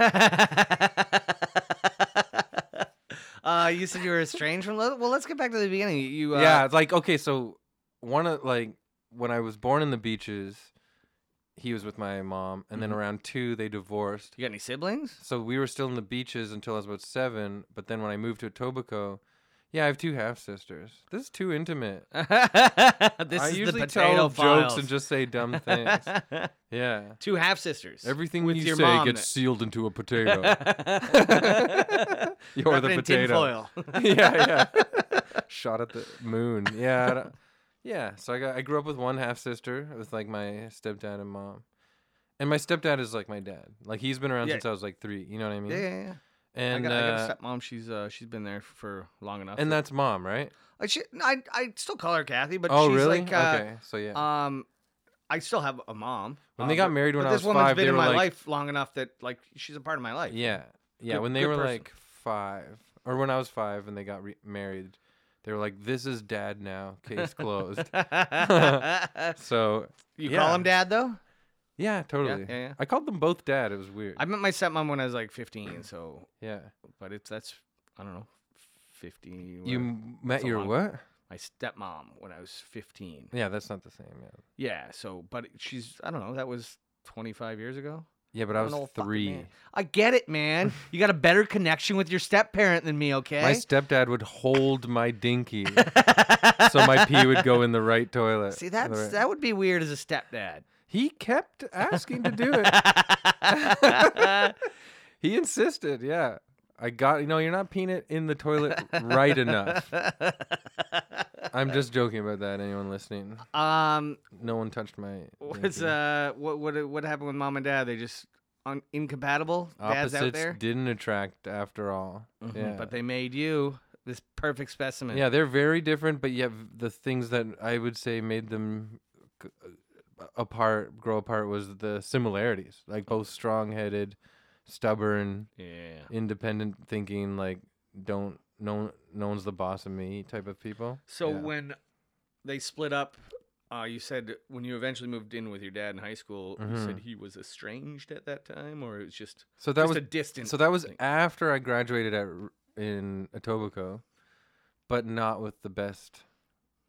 Speaker 2: uh, you said you were estranged from. Well, let's get back to the beginning. You uh,
Speaker 3: yeah, it's like okay. So one of like when I was born in the beaches, he was with my mom, and then around two they divorced.
Speaker 2: You got any siblings?
Speaker 3: So we were still in the beaches until I was about seven. But then when I moved to Etobicoke, yeah, I have two half sisters. This is too intimate.
Speaker 2: this
Speaker 3: I
Speaker 2: is
Speaker 3: usually
Speaker 2: the potato
Speaker 3: tell
Speaker 2: files.
Speaker 3: jokes and just say dumb things. yeah.
Speaker 2: two half sisters.
Speaker 3: Everything
Speaker 2: with
Speaker 3: you
Speaker 2: your
Speaker 3: say
Speaker 2: mom
Speaker 3: gets
Speaker 2: that-
Speaker 3: sealed into a potato. You're
Speaker 2: Wrap
Speaker 3: the
Speaker 2: it in
Speaker 3: potato.
Speaker 2: tinfoil.
Speaker 3: yeah, yeah. Shot at the moon. Yeah, I don't- yeah. So I got I grew up with one half sister with like my stepdad and mom, And my stepdad is like my dad. Like he's been around
Speaker 2: Yeah.
Speaker 3: since I was like three. You know what I mean?
Speaker 2: Yeah, yeah, yeah.
Speaker 3: And
Speaker 2: I, got, I
Speaker 3: uh,
Speaker 2: got a stepmom. She's uh, she's been there for long enough.
Speaker 3: and
Speaker 2: that
Speaker 3: that's mom, right?
Speaker 2: like, she, no, I I still call her Kathy, but
Speaker 3: oh,
Speaker 2: she's
Speaker 3: really?
Speaker 2: like uh,
Speaker 3: okay. So yeah.
Speaker 2: um, I still have a mom.
Speaker 3: When they
Speaker 2: uh,
Speaker 3: got
Speaker 2: but-
Speaker 3: married when
Speaker 2: but
Speaker 3: I
Speaker 2: this
Speaker 3: was
Speaker 2: woman's
Speaker 3: five,
Speaker 2: been
Speaker 3: they
Speaker 2: in
Speaker 3: were
Speaker 2: my
Speaker 3: like-
Speaker 2: life long enough that like she's a part of my life.
Speaker 3: yeah. Yeah.
Speaker 2: good-
Speaker 3: when they
Speaker 2: good
Speaker 3: were
Speaker 2: person.
Speaker 3: like five, or when I was five, and they got re- married, they were like, "This is dad now. Case closed." so
Speaker 2: you
Speaker 3: Yeah.
Speaker 2: call him dad though?
Speaker 3: yeah, totally.
Speaker 2: yeah, yeah.
Speaker 3: I called them both dad. It was weird.
Speaker 2: I met my stepmom when I was like 15, so
Speaker 3: yeah.
Speaker 2: but it's that's I don't know 50.
Speaker 3: You
Speaker 2: whatever.
Speaker 3: m- met
Speaker 2: It's a
Speaker 3: your
Speaker 2: long-
Speaker 3: what?
Speaker 2: my stepmom when I was 15.
Speaker 3: Yeah, that's not the same. Yeah.
Speaker 2: Yeah, so but she's I don't know that was 25 years ago.
Speaker 3: Yeah, but I
Speaker 2: I'm
Speaker 3: was
Speaker 2: an old fucking
Speaker 3: three.
Speaker 2: man. I get it, man. You got a better connection with your step parent than me, okay?
Speaker 3: My stepdad would hold my dinky, so my pee would go in the right toilet.
Speaker 2: See,
Speaker 3: or the
Speaker 2: that's
Speaker 3: right-
Speaker 2: that would be weird as a stepdad.
Speaker 3: He kept asking to do it. He insisted. Yeah, I got. You know, you're not peeing it in the toilet right enough. I'm just joking about that. Anyone listening?
Speaker 2: um,
Speaker 3: No one touched my.
Speaker 2: what's
Speaker 3: dinky.
Speaker 2: uh, what what what happened with mom and dad? They just un- incompatible. Dad's out
Speaker 3: Opposites
Speaker 2: there,
Speaker 3: didn't attract after all.
Speaker 2: Mhm,
Speaker 3: Yeah.
Speaker 2: but they made you this perfect specimen.
Speaker 3: Yeah, they're very different, but yet v- the things that I would say made them g- uh, apart, grow apart, was the similarities. Like both strong-headed, stubborn,
Speaker 2: yeah.
Speaker 3: independent thinking, like don't no no one's the boss of me type of people.
Speaker 2: So
Speaker 3: Yeah.
Speaker 2: when they split up, uh, you said when you eventually moved in with your dad in high school, you said
Speaker 3: Mhm.
Speaker 2: he was estranged at that time, or it was just
Speaker 3: so that
Speaker 2: just
Speaker 3: was
Speaker 2: a distance.
Speaker 3: so that was
Speaker 2: thing.
Speaker 3: after I graduated at R- in Etobicoke, but not with the best.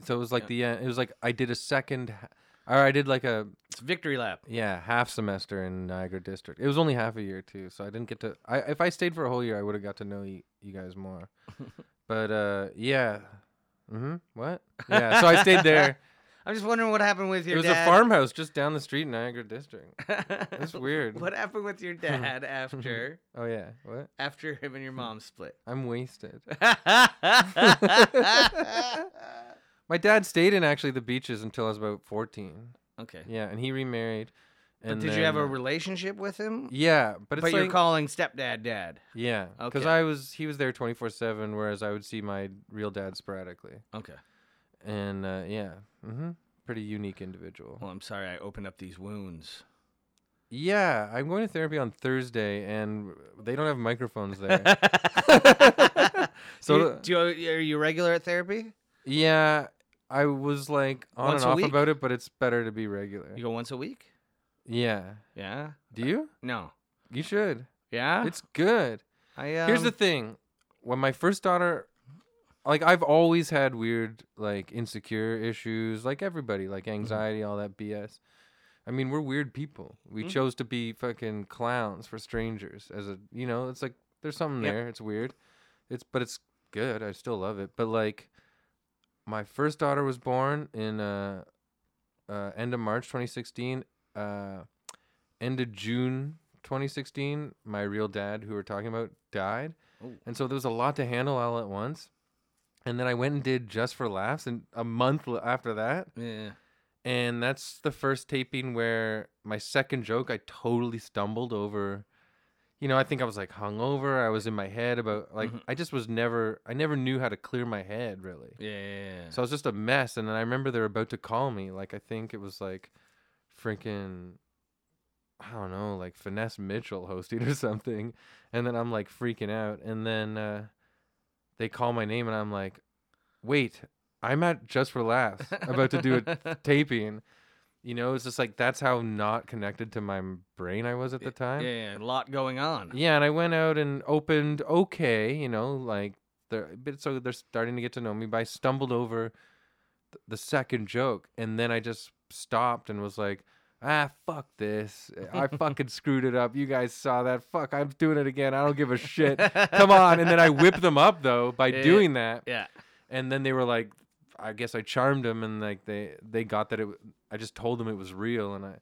Speaker 3: So it was like
Speaker 2: Yeah.
Speaker 3: the end. It was like I did a second, h- or I did like a
Speaker 2: it's victory lap.
Speaker 3: Yeah, half semester in Niagara District. It was only half a year too, so I didn't get to. I if I stayed for a whole year, I would have got to know you, you guys more. but uh, yeah. Mm-hmm. What? Yeah. So I stayed there.
Speaker 2: I'm just wondering what happened with your
Speaker 3: it was
Speaker 2: dad.
Speaker 3: a farmhouse just down the street in Niagara District. It's weird.
Speaker 2: what happened with your dad after
Speaker 3: Oh yeah. What?
Speaker 2: after him and your mom split?
Speaker 3: I'm wasted.
Speaker 2: okay.
Speaker 3: My dad stayed in actually the beaches until I was about 14. Yeah, and he remarried.
Speaker 2: But
Speaker 3: and
Speaker 2: did you have a
Speaker 3: then-
Speaker 2: relationship with him?
Speaker 3: Yeah, but it's
Speaker 2: but you're
Speaker 3: like-
Speaker 2: calling stepdad dad.
Speaker 3: Yeah, because
Speaker 2: Okay.
Speaker 3: I was he was there twenty four seven, whereas I would see my real dad sporadically.
Speaker 2: Okay.
Speaker 3: And uh, yeah, hmm pretty unique individual.
Speaker 2: Well, I'm sorry I opened up these wounds.
Speaker 3: Yeah, I'm going to therapy on Thursday, and they don't have microphones there. so
Speaker 2: So, do you, do you- are you regular at therapy?
Speaker 3: yeah, I was like on
Speaker 2: Once
Speaker 3: and
Speaker 2: a
Speaker 3: off
Speaker 2: week?
Speaker 3: about it, but it's better to be regular.
Speaker 2: You go once a week?
Speaker 3: Yeah,
Speaker 2: Yeah.
Speaker 3: do you?
Speaker 2: No.
Speaker 3: You should.
Speaker 2: Yeah.
Speaker 3: It's good.
Speaker 2: I, um,
Speaker 3: Here's the thing. When my first daughter like I've always had weird like insecure issues, like everybody, like anxiety, all that BS. I mean, we're weird people. We chose to be fucking clowns for strangers as a, you know, it's like there's something
Speaker 2: Yep.
Speaker 3: there. It's weird. It's but it's good. I still love it. But like my first daughter was born in uh uh end of March 2016, uh end of June 2016, my real dad, who we're talking about, died.
Speaker 2: Oh.
Speaker 3: And so there was a lot to handle all at once. And then I went and did Just for Laughs, and a month l- after that.
Speaker 2: Yeah.
Speaker 3: And that's the first taping where my second joke, I totally stumbled over. You know, I think I was like hungover. I was in my head about, like, I just was never, I never knew how to clear my head really.
Speaker 2: Yeah.
Speaker 3: So I was just a mess. And then I remember they were about to call me. Like, I think it was like freaking, I don't know, like Finesse Mitchell hosting or something. And then I'm like freaking out. And then uh, they call my name and I'm like, wait, I'm at Just for Laughs about to do a taping. You know, it's just like that's how not connected to my m- brain I was at the time.
Speaker 2: Yeah. A lot going on.
Speaker 3: Yeah, and I went out and opened okay, you know, like they're but so they're starting to get to know me, but I stumbled over th- the second joke and then I just stopped and was like, "Ah, fuck this. I fucking screwed it up. You guys saw that. Fuck, I'm doing it again. I don't give a shit. Come on." And then I whipped them up though by
Speaker 2: Yeah.
Speaker 3: doing that.
Speaker 2: Yeah.
Speaker 3: And then they were like I guess I charmed them and like they they got that it w- I just told them it was real and I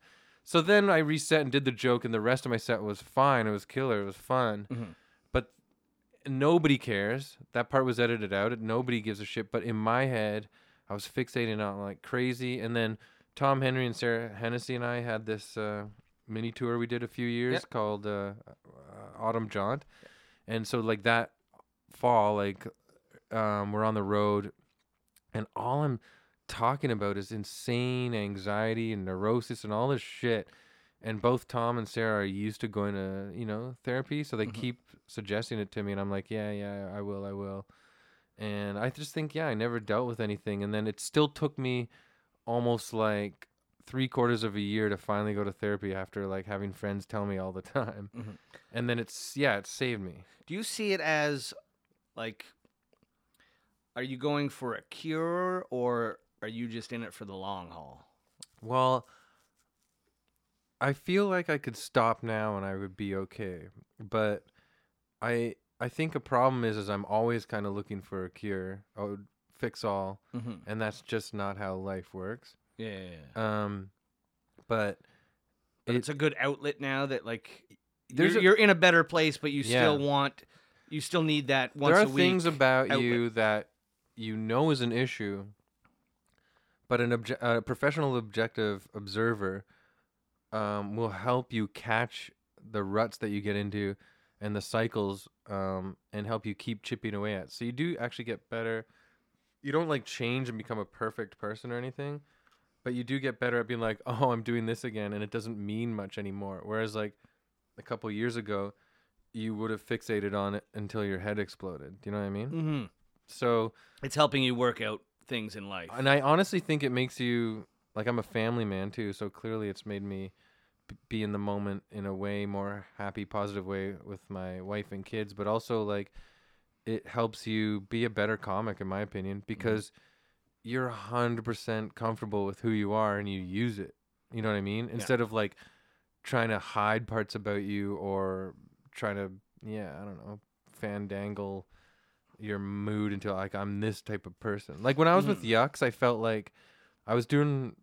Speaker 3: so then I reset and did the joke, and the rest of my set was fine. It was killer. It was fun.
Speaker 2: Mhm.
Speaker 3: But nobody cares. That part was edited out. and Nobody gives a shit. But in my head, I was fixating on like crazy. And then Tom Henry and Sarah Hennessy and I had this uh, mini tour we did a few years
Speaker 2: Yep.
Speaker 3: called uh, uh, Autumn Jaunt, and so like that fall, like um, we're on the road, and all I'm talking about is insane anxiety and neurosis and all this shit. And both Tom and Sarah are used to going to you know therapy, so they keep suggesting it to me, and I'm like, yeah, yeah, I will, I will. And I just think, yeah, I never dealt with anything, and then it still took me almost like three quarters of a year to finally go to therapy after like having friends tell me all the time
Speaker 2: Mhm.
Speaker 3: and then it's yeah it saved me
Speaker 2: Do you see it as like are you going for a cure or are you just in it for the long haul?
Speaker 3: well i feel like i could stop now and i would be okay but i i think a problem is is i'm always kind of looking for a cure i would fix all
Speaker 2: Mhm.
Speaker 3: and that's just not how life works
Speaker 2: Yeah. yeah, yeah.
Speaker 3: um but
Speaker 2: But
Speaker 3: it-
Speaker 2: it's a good outlet now that like
Speaker 3: There's
Speaker 2: you're,
Speaker 3: a-
Speaker 2: you're in a better place but you still
Speaker 3: Yeah.
Speaker 2: want you still need that once
Speaker 3: there are
Speaker 2: a week.
Speaker 3: things about
Speaker 2: outlet.
Speaker 3: you that you know is an issue but an obje- a professional objective observer um, will help you catch the ruts that you get into and the cycles um, and help you keep chipping away at so you do actually get better you don't like change and become a perfect person or anything but you do get better at being like oh i'm doing this again and it doesn't mean much anymore whereas like a couple years ago you would have fixated on it until your head exploded. Do you know what I mean?
Speaker 2: Mhm.
Speaker 3: So,
Speaker 2: It's helping you work out things in life.
Speaker 3: and I honestly think it makes you like I'm a family man too. So clearly, it's made me b- be in the moment in a way more happy, positive way with my wife and kids. But also, like, it helps you be a better comic, in my opinion, because you're hundred percent comfortable with who you are and you use it. You know what I mean? Instead of like trying to hide parts about you or trying to yeah, I don't know, fandangle your mood into like I'm this type of person. Like when I was with Yucks, I felt like I was doing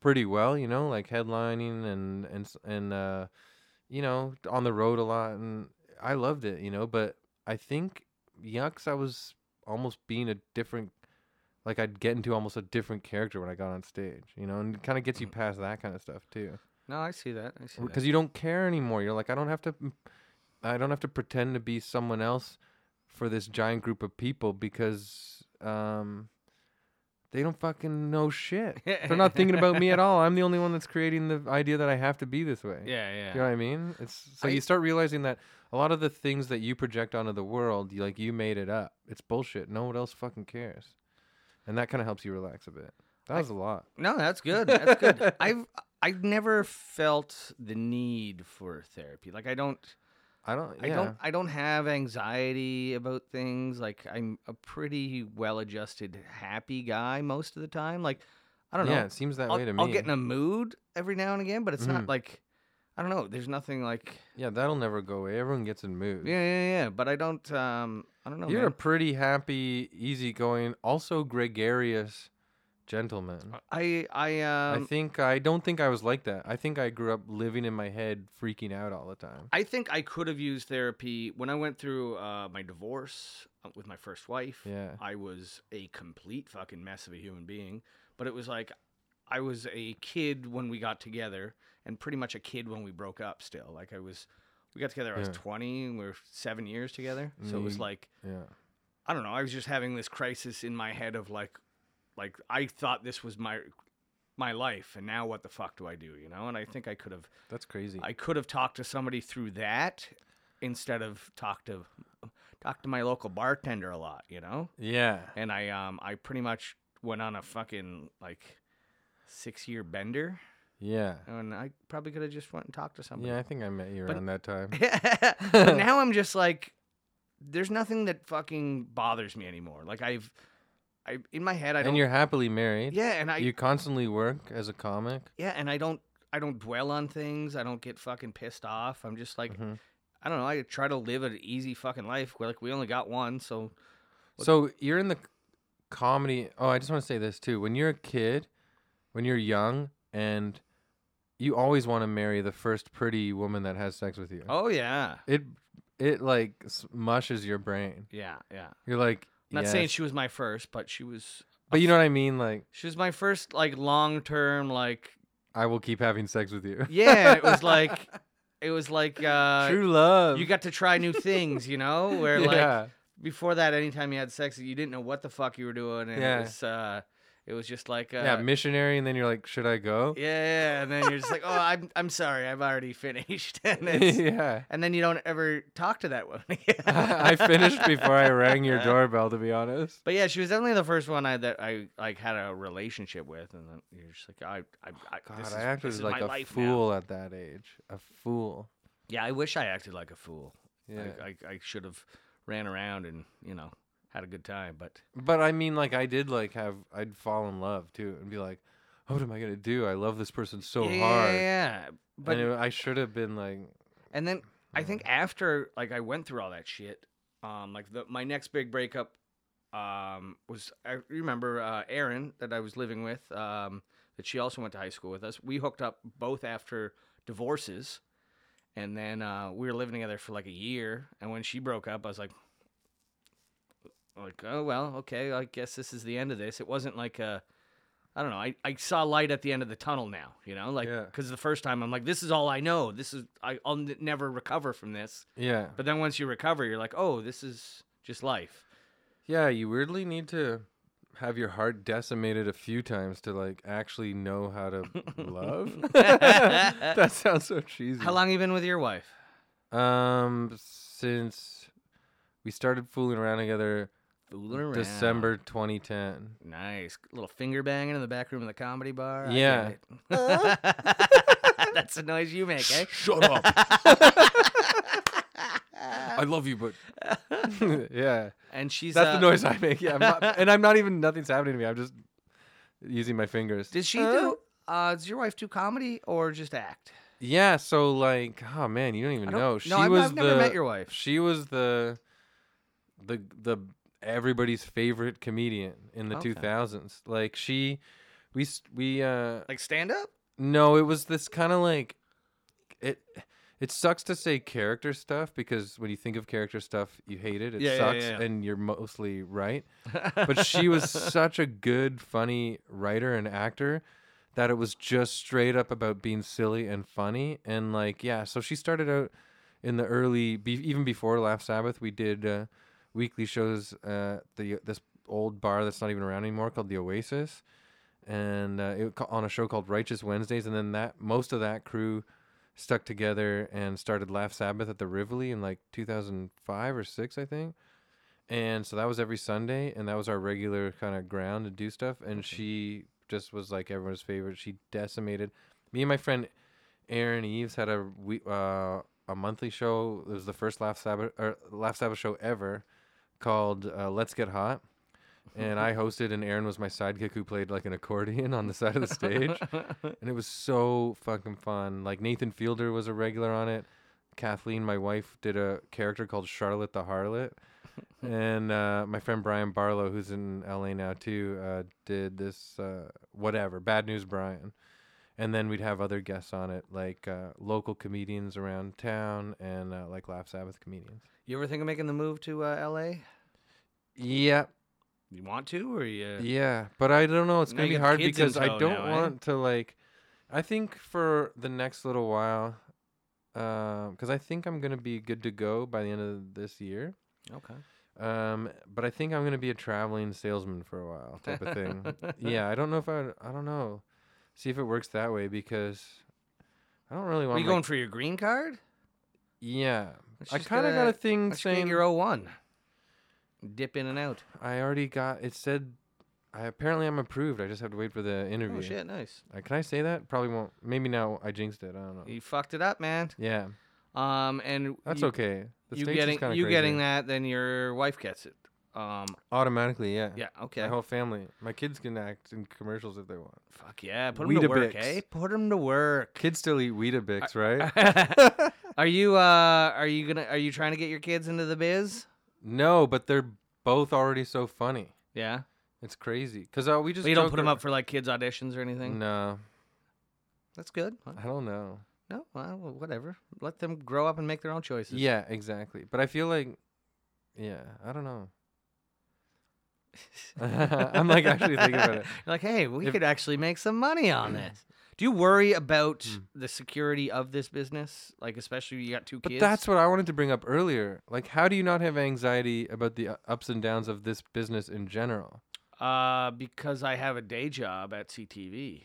Speaker 3: pretty well, you know, like headlining and and s- and uh, you know, on the road a lot, and I loved it, you know. But I think Yucks, I was almost being a different, like I'd get into almost a different character when I got on stage, you know, and kind of gets you past that kind of stuff too,
Speaker 2: no, I see that. I see that.
Speaker 3: because you don't care anymore. You're like, I don't have to, I don't have to pretend to be someone else for this giant group of people because. um they don't fucking know shit. They're not thinking about me at all. I'm the only one that's creating the idea that I have to be this way.
Speaker 2: Yeah, yeah.
Speaker 3: Do you know what I mean? It's so
Speaker 2: I-
Speaker 3: you start realizing that a lot of the things that you project onto the world, you, like you made it up. It's bullshit. No one else fucking cares, and that kind of helps you relax a bit. That was a lot.
Speaker 2: No, that's good. That's good. I've I've never felt the need for therapy. Like I don't
Speaker 3: I don't.
Speaker 2: I
Speaker 3: yeah.
Speaker 2: don't I don't have anxiety about things. Like I'm a pretty well-adjusted, happy guy most of the time. Like I don't
Speaker 3: yeah,
Speaker 2: know.
Speaker 3: it seems that
Speaker 2: I'll,
Speaker 3: way to me.
Speaker 2: I'll get in a mood every now and again, but it's not
Speaker 3: Mhm.
Speaker 2: like I don't know. There's nothing like
Speaker 3: yeah, that'll never go away. Everyone gets in moods.
Speaker 2: yeah, yeah, yeah. But I don't. Um, I don't know.
Speaker 3: You're a
Speaker 2: man.
Speaker 3: pretty happy, easygoing, also gregarious gentleman.
Speaker 2: I I Uh, um.
Speaker 3: I think I don't think I was like that. I think I grew up living in my head, freaking out all the time.
Speaker 2: I think I could have used therapy when I went through uh, my divorce uh, with my first wife.
Speaker 3: Yeah.
Speaker 2: I was a complete fucking mess of a human being. But it was like I was a kid when we got together and pretty much a kid when we broke up still. Like I was, we got together, I was
Speaker 3: Yeah.
Speaker 2: 20 and we were seven years together. So it was
Speaker 3: Mm.
Speaker 2: like,
Speaker 3: Yeah.
Speaker 2: I don't know. I was just having this crisis in my head of like, like I thought this was my my life and now what the fuck do I do you know and I think I could have
Speaker 3: That's crazy.
Speaker 2: I could have talked to somebody through that instead of talk to talk to my local bartender a lot, you know.
Speaker 3: yeah.
Speaker 2: And I um I pretty much went on a fucking like six year bender,
Speaker 3: Yeah.
Speaker 2: and I probably could have just went and talked to somebody.
Speaker 3: Yeah, I think I met you
Speaker 2: But-
Speaker 3: around that time.
Speaker 2: but now I'm just like, there's nothing that fucking bothers me anymore. Like I've, I in my head I don't.
Speaker 3: and you're happily married.
Speaker 2: yeah, and I
Speaker 3: You constantly work as a comic.
Speaker 2: yeah, and I don't I don't dwell on things. I don't get fucking pissed off. I'm just like
Speaker 3: Mhm.
Speaker 2: I don't know. I try to live an easy fucking life. We're like we only got one, so
Speaker 3: So you're in the c- comedy. Oh, I just want to say this too. When you're a kid, when you're young, and you always want to marry the first pretty woman that has sex with you.
Speaker 2: oh yeah,
Speaker 3: It it like s- mushes your brain.
Speaker 2: yeah, yeah.
Speaker 3: You're like
Speaker 2: I'm not saying
Speaker 3: "Yes."
Speaker 2: she was my first, but she was
Speaker 3: But you know what I mean? Like
Speaker 2: she was my first like long term like
Speaker 3: I will keep having sex with you.
Speaker 2: Yeah, it was like it was like uh,
Speaker 3: True love.
Speaker 2: you got to try new things, you know, where like
Speaker 3: yeah.
Speaker 2: before that, anytime you had sex, you didn't know what the fuck you were doing, and
Speaker 3: Yeah.
Speaker 2: it was uh, it was just like uh,
Speaker 3: yeah, missionary, and then you're like, should I go?
Speaker 2: yeah, yeah, and then you're just like, oh, I'm I'm sorry, I've already finished, and it's,
Speaker 3: yeah.
Speaker 2: and then you don't ever talk to that woman again.
Speaker 3: I finished before I rang your doorbell, to be honest.
Speaker 2: But yeah, she was definitely the first one I that I like had a relationship with, and then you're just like, I, I, I
Speaker 3: God,
Speaker 2: this is,
Speaker 3: I
Speaker 2: this
Speaker 3: acted
Speaker 2: is
Speaker 3: like
Speaker 2: my
Speaker 3: a
Speaker 2: life now.
Speaker 3: fool at that age. A fool.
Speaker 2: Yeah, I wish I acted like a fool.
Speaker 3: Yeah.
Speaker 2: I, I, I should have ran around and you know had a good time, but
Speaker 3: But I mean, like, I did like have I'd fall in love too, and be like, "What am I gonna do? I love this person so
Speaker 2: yeah,
Speaker 3: hard."
Speaker 2: yeah, yeah. But
Speaker 3: But and it- I should have been like,
Speaker 2: and then I think after like I went through all that shit, um, like the my next big breakup, um, was I remember uh, Erin that I was living with, um, that she also went to high school with us. We hooked up both after divorces, and then uh, we were living together for like a year. And when she broke up, I was like, like oh well, okay, I guess this is the end of this. It wasn't like a I don't know. I, I saw light at the end of the tunnel now, you know, like
Speaker 3: Yeah.
Speaker 2: because the first time I'm like, this is all I know. This is I, I'll n- never recover from this.
Speaker 3: yeah,
Speaker 2: But then once you recover, you're like, oh, this is just life.
Speaker 3: yeah. You weirdly need to have your heart decimated a few times to like actually know how to love. that sounds so cheesy.
Speaker 2: How long you been with your wife?
Speaker 3: Um, since we started fooling around together,
Speaker 2: Fooling around.
Speaker 3: December 2010.
Speaker 2: Nice little finger banging in the back room of the comedy bar. I get
Speaker 3: Yeah.
Speaker 2: it. That's the noise you make, eh?
Speaker 3: Shut up. I love you, but yeah,
Speaker 2: And she's
Speaker 3: that's
Speaker 2: uh,
Speaker 3: the noise I make. Yeah, I'm not, and I'm not even nothing's happening to me. I'm just using my fingers.
Speaker 2: Does she do? Uh, does your wife do comedy or just act?
Speaker 3: Yeah, so like, oh man, you don't even
Speaker 2: I don't-
Speaker 3: know.
Speaker 2: no,
Speaker 3: She
Speaker 2: I've-
Speaker 3: was
Speaker 2: I've
Speaker 3: the,
Speaker 2: never met your wife.
Speaker 3: She was the the the everybody's favorite comedian in the
Speaker 2: Okay.
Speaker 3: 2000s. Like she we s- we uh
Speaker 2: Like stand up?
Speaker 3: No, it was this kind of like it. It sucks to say character stuff because when you think of character stuff, you hate it. It
Speaker 2: Yeah, yeah,
Speaker 3: sucks,
Speaker 2: yeah.
Speaker 3: and you're mostly right. But she was such a good, funny writer and actor that it was just straight up about being silly and funny. And like, yeah, so she started out in the early, be, even before Laugh Sabbath, we did uh, weekly shows at the this old bar that's not even around anymore called the Oasis and uh, it, ca- on a show called Righteous Wednesdays, and then that most of that crew stuck together and started Laugh Sabbath at the Rivoli in like 2005 or six, I think. And so that was every Sunday, and that was our regular kind of ground to do stuff. And she just was like everyone's favorite. She decimated me and my friend Aaron Eves had a we uh, a monthly show. It was the first Laugh Sabbath or Laugh Sabbath show ever called uh, Let's Get Hot and I hosted, and Aaron was my sidekick who played like an accordion on the side of the stage, and it was so fucking fun. Like Nathan Fielder was a regular on it. Kathleen, my wife, did a character called Charlotte the Harlot, and uh, my friend Brian Barlow, who's in LA now too, uh, did this uh, whatever Bad News Brian, and then we'd have other guests on it, like uh, local comedians around town and uh, like Laugh Sabbath comedians.
Speaker 2: You ever think of making the move to uh, L.A.?
Speaker 3: Yeah,
Speaker 2: You want to, or you?
Speaker 3: Yeah, but I don't know. It's
Speaker 2: Now
Speaker 3: gonna
Speaker 2: you
Speaker 3: be
Speaker 2: got
Speaker 3: hard
Speaker 2: kids in
Speaker 3: because I
Speaker 2: tow
Speaker 3: don't
Speaker 2: now, eh?
Speaker 3: want to like. I think for the next little while, because I think I'm gonna be good to go by the end of this year.
Speaker 2: Okay.
Speaker 3: Um, but I think I'm gonna be a traveling salesman for a while, type of thing. yeah, I don't know if I. I don't know. See if it works that way because I don't really
Speaker 2: Are
Speaker 3: want.
Speaker 2: you
Speaker 3: my-
Speaker 2: going for your green card?
Speaker 3: yeah,
Speaker 2: Let's
Speaker 3: I
Speaker 2: just
Speaker 3: kind of
Speaker 2: get
Speaker 3: got
Speaker 2: a-
Speaker 3: a thing
Speaker 2: Let's get
Speaker 3: saying
Speaker 2: your 01. Dip in and out.
Speaker 3: I already got. It said. I apparently I'm approved. I just have to wait for the interview.
Speaker 2: Oh shit, nice.
Speaker 3: Uh, can I say that? Probably won't. Maybe now I jinxed it. I don't know.
Speaker 2: You fucked it up, man.
Speaker 3: Yeah,
Speaker 2: Um, and
Speaker 3: Oh. that's
Speaker 2: you,
Speaker 3: okay. The
Speaker 2: You
Speaker 3: States
Speaker 2: getting
Speaker 3: is kind of
Speaker 2: you getting that, then your wife gets it. Um,
Speaker 3: automatically? Yeah.
Speaker 2: yeah,
Speaker 3: My
Speaker 2: okay.
Speaker 3: whole family. My kids can act in commercials if they want.
Speaker 2: Fuck yeah, put them to work,
Speaker 3: Weetabix.
Speaker 2: eh? Put them to work.
Speaker 3: Kids still eat Weetabix, right?
Speaker 2: are you uh are you gonna are you trying to get your kids into the biz?
Speaker 3: no, but they're both already so funny.
Speaker 2: Yeah,
Speaker 3: It's crazy. Cause uh, we just
Speaker 2: but you don't
Speaker 3: joke
Speaker 2: put them
Speaker 3: ar-
Speaker 2: up for like kids auditions or anything.
Speaker 3: No,
Speaker 2: That's good. Well,
Speaker 3: I don't know.
Speaker 2: No, well, whatever. Let them grow up and make their own choices.
Speaker 3: Yeah, exactly. But I feel like, yeah, I don't know. I'm like actually thinking about it.
Speaker 2: You're like, hey, we
Speaker 3: If- Mm.
Speaker 2: could actually make some money on this. Do you worry about the security of this business? Like, especially you got two
Speaker 3: But
Speaker 2: kids.
Speaker 3: that's what I wanted to bring up earlier. Like, how do you not have anxiety about the u- ups and downs of this business in general?
Speaker 2: uh, because I have a day job at CTV.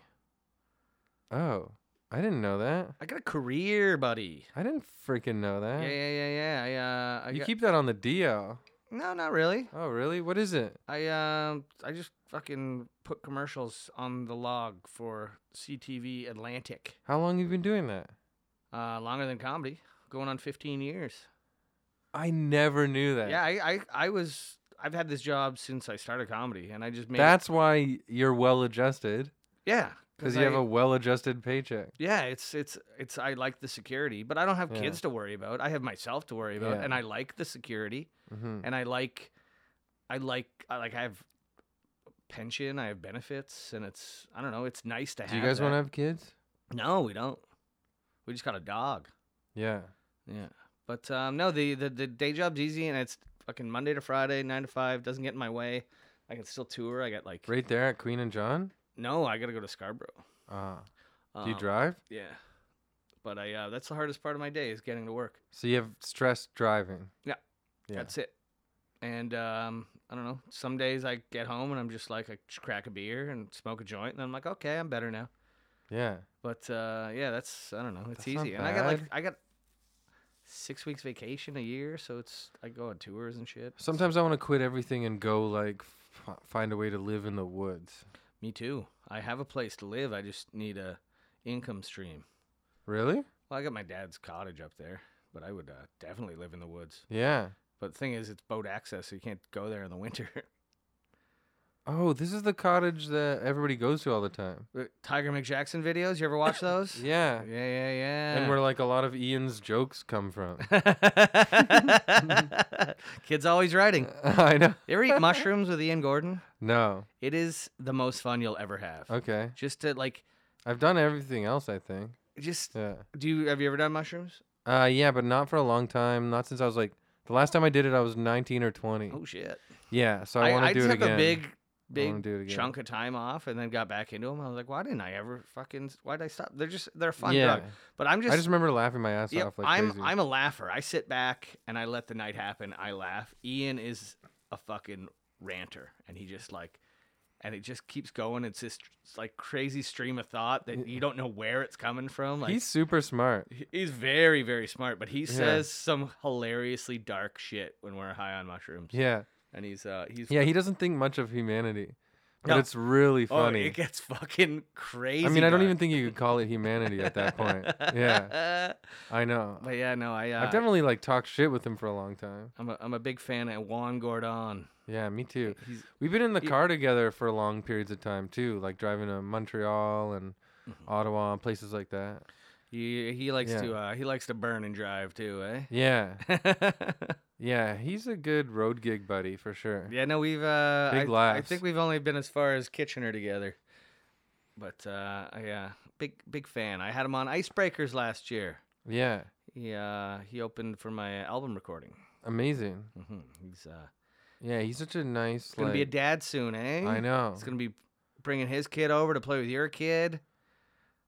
Speaker 3: Oh, I didn't know that.
Speaker 2: I got a career, buddy.
Speaker 3: I didn't freaking know that.
Speaker 2: Yeah, yeah, yeah, yeah. I, uh, I
Speaker 3: you
Speaker 2: got-
Speaker 3: keep that on the DL.
Speaker 2: no, not really.
Speaker 3: Oh, really? What is it?
Speaker 2: I um, I just fucking put commercials on the log for CTV Atlantic.
Speaker 3: How long have you been doing that?
Speaker 2: Uh, longer than comedy, going on 15 years.
Speaker 3: I never knew that.
Speaker 2: Yeah, I, I, I was. I've had this job since I started comedy, and I just made. it-
Speaker 3: That's why you're well adjusted
Speaker 2: yeah,
Speaker 3: because you have
Speaker 2: I-
Speaker 3: a well adjusted paycheck.
Speaker 2: Yeah, it's it's it's. I like the security, but I don't have
Speaker 3: Yeah.
Speaker 2: kids to worry about. I have myself to worry about,
Speaker 3: Yeah.
Speaker 2: and I like the security,
Speaker 3: hmm
Speaker 2: and I like, I like, I like. I have pension, I have benefits, and it's. I don't know. It's nice to have.
Speaker 3: Do you guys want to
Speaker 2: that.
Speaker 3: have kids?
Speaker 2: No, we don't. We just got a dog.
Speaker 3: Yeah.
Speaker 2: Yeah, but um, no, the, the the day job's easy, and it's fucking Monday to Friday, nine to five. Doesn't get in my way. I can still tour. I got like
Speaker 3: Right there at Queen and John?
Speaker 2: no. I gotta go to Scarborough.
Speaker 3: Ah. Do you
Speaker 2: Um,
Speaker 3: drive?
Speaker 2: Yeah, but I uh, that's the hardest part of my day is getting to work.
Speaker 3: So you have stress driving. Yeah.
Speaker 2: That's it. And um, I don't know. Some days I get home and I'm just like I just crack a beer and smoke a joint, and I'm like, okay, I'm better now.
Speaker 3: Yeah.
Speaker 2: But uh, yeah, that's I don't know. It's
Speaker 3: That's not
Speaker 2: easy, and I got like
Speaker 3: bad.
Speaker 2: I got six weeks vacation a year, so it's I go on tours and shit. It's-
Speaker 3: Sometimes I want to quit everything and go like f- find a way to live in the woods.
Speaker 2: Me too. I have a place to live. I just need a income stream.
Speaker 3: Really?
Speaker 2: Well, I got my dad's cottage up there, but I would uh, definitely live in the woods.
Speaker 3: Yeah.
Speaker 2: But the thing is, it's boat access, so you can't go there in the winter.
Speaker 3: Oh, this is the cottage that everybody goes to all the time.
Speaker 2: The Uh, Tiger McJackson videos, you ever watch those?
Speaker 3: Yeah.
Speaker 2: yeah, yeah, yeah.
Speaker 3: And where like a lot of Ian's jokes come from.
Speaker 2: Kids always writing.
Speaker 3: I know.
Speaker 2: You ever eat mushrooms with Ian Gordon?
Speaker 3: No.
Speaker 2: It is the most fun you'll ever have.
Speaker 3: Okay.
Speaker 2: Just to like,
Speaker 3: I've done everything else, I think.
Speaker 2: just
Speaker 3: Yeah.
Speaker 2: do. You, have you ever done mushrooms?
Speaker 3: Uh yeah, but not for a long time. Not since I was like the last time I did it I was 19 or 20.
Speaker 2: Oh shit!
Speaker 3: Yeah, so Mm. I, want to do
Speaker 2: took
Speaker 3: it again.
Speaker 2: a big,
Speaker 3: wanna
Speaker 2: big
Speaker 3: do it again.
Speaker 2: chunk of time off, and then got back into them. I was like, why didn't I ever fucking? Why did I stop? They're just they're a fun
Speaker 3: yeah.
Speaker 2: drug. But I'm just.
Speaker 3: I just remember laughing my ass
Speaker 2: Yep,
Speaker 3: off like
Speaker 2: I'm
Speaker 3: crazy.
Speaker 2: I'm a laugher. I sit back and I let the night happen. I laugh. Ian is a fucking ranter, and he just like, and it just keeps going. It's this it's like crazy stream of thought that you don't know where it's coming from. Like
Speaker 3: He's super smart.
Speaker 2: he- he's very very smart, but he
Speaker 3: Yeah.
Speaker 2: says some hilariously dark shit when we're high on mushrooms.
Speaker 3: Yeah.
Speaker 2: and he's uh he's
Speaker 3: Yeah, he doesn't think much of humanity. But
Speaker 2: No.
Speaker 3: it's really
Speaker 2: oh,
Speaker 3: funny.
Speaker 2: it gets fucking crazy.
Speaker 3: I mean, I don't
Speaker 2: dark.
Speaker 3: even think you could call it humanity at that point. Yeah, I know.
Speaker 2: but yeah, no, I uh,
Speaker 3: I've definitely like talked shit with him for a long time.
Speaker 2: I'm a, I'm a big fan of Juan Gordon.
Speaker 3: Yeah, me too.
Speaker 2: He's
Speaker 3: We've been in the
Speaker 2: He-
Speaker 3: car together for long periods of time too, like driving to Montreal and
Speaker 2: Mm-hmm.
Speaker 3: Ottawa and places like that.
Speaker 2: He he likes
Speaker 3: Yeah.
Speaker 2: to uh, he likes to burn and drive too, eh?
Speaker 3: Yeah,
Speaker 2: yeah,
Speaker 3: yeah, he's a good road gig buddy for sure.
Speaker 2: no, we've uh,
Speaker 3: Big
Speaker 2: I, I
Speaker 3: laughs.
Speaker 2: think we've only been as far as Kitchener together, but uh, yeah, big big fan. I had him on Icebreakers last year.
Speaker 3: Yeah,
Speaker 2: He uh, he opened for my album recording.
Speaker 3: amazing.
Speaker 2: hmm He's uh,
Speaker 3: Yeah, he's such a nice.
Speaker 2: gonna
Speaker 3: like,
Speaker 2: be a dad soon, eh?
Speaker 3: I know.
Speaker 2: He's gonna be bringing his kid over to play with your kid.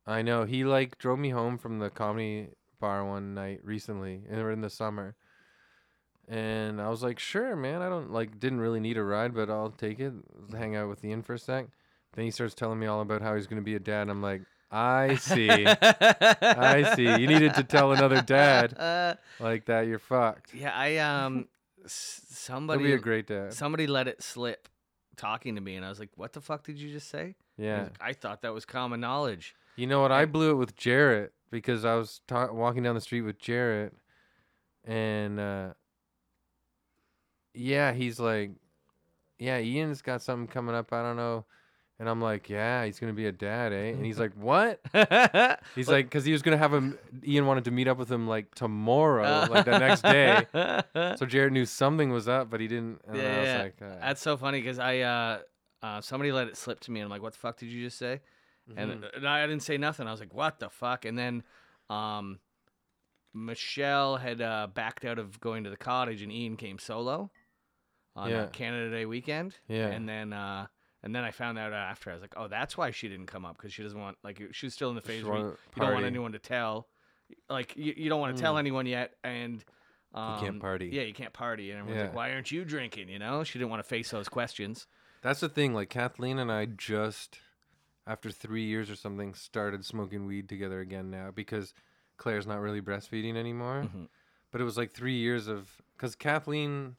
Speaker 3: I know. He like drove me home from the comedy bar one night recently, and we were in the summer. And I was like, sure, man. I don't like didn't really need a ride, but I'll take it. Hang out with Ian for a sec. Then he starts telling me all about how he's gonna be a dad. I'm like, I see,
Speaker 2: I
Speaker 3: see. You needed to tell another dad.
Speaker 2: Uh,
Speaker 3: like that. You're fucked.
Speaker 2: yeah, I um, s-
Speaker 3: He'll
Speaker 2: somebody
Speaker 3: be a great dad.
Speaker 2: somebody let it slip talking to me and i was like what the fuck did you just say And he's
Speaker 3: Yeah.
Speaker 2: like, i thought that was common knowledge
Speaker 3: You know what? I
Speaker 2: and-
Speaker 3: blew it with Jarrett because I was ta- walking down the street with Jarrett, and uh, yeah, he's like, yeah, Ian's got something coming up. I don't know. And I'm like, yeah, he's gonna be a dad, eh? And he's like, what? He's like, because he was gonna have him. Ian wanted to meet up with him like tomorrow,
Speaker 2: Uh.
Speaker 3: like the next day. So Jarrett knew something was up, but he didn't. And I was
Speaker 2: Yeah,
Speaker 3: like, uh,
Speaker 2: that's so funny because i uh, uh somebody let it slip to me and i'm like what the fuck did you just say and,
Speaker 3: Mm-hmm.
Speaker 2: and i didn't say nothing i was like what the fuck and then um michelle had uh backed out of going to the cottage and ian came solo on uh,
Speaker 3: Yeah.
Speaker 2: canada day weekend
Speaker 3: Yeah.
Speaker 2: and then uh And then I found that out after. I was like, oh, that's why she didn't come up because she doesn't want like she's still in the phase where you,
Speaker 3: wanna
Speaker 2: you don't want
Speaker 3: party. Mm.
Speaker 2: anyone to tell, like you, you don't want to tell anyone yet, and um,
Speaker 3: can't party.
Speaker 2: Yeah, you can't party, and everyone's like,
Speaker 3: Yeah.
Speaker 2: why aren't you drinking? You know, she didn't want to face those questions.
Speaker 3: That's the thing. Like Kathleen and I just, after three years or something, started smoking weed together again now because Claire's not really breastfeeding anymore.
Speaker 2: Mm-hmm.
Speaker 3: But it was like three years of because Kathleen,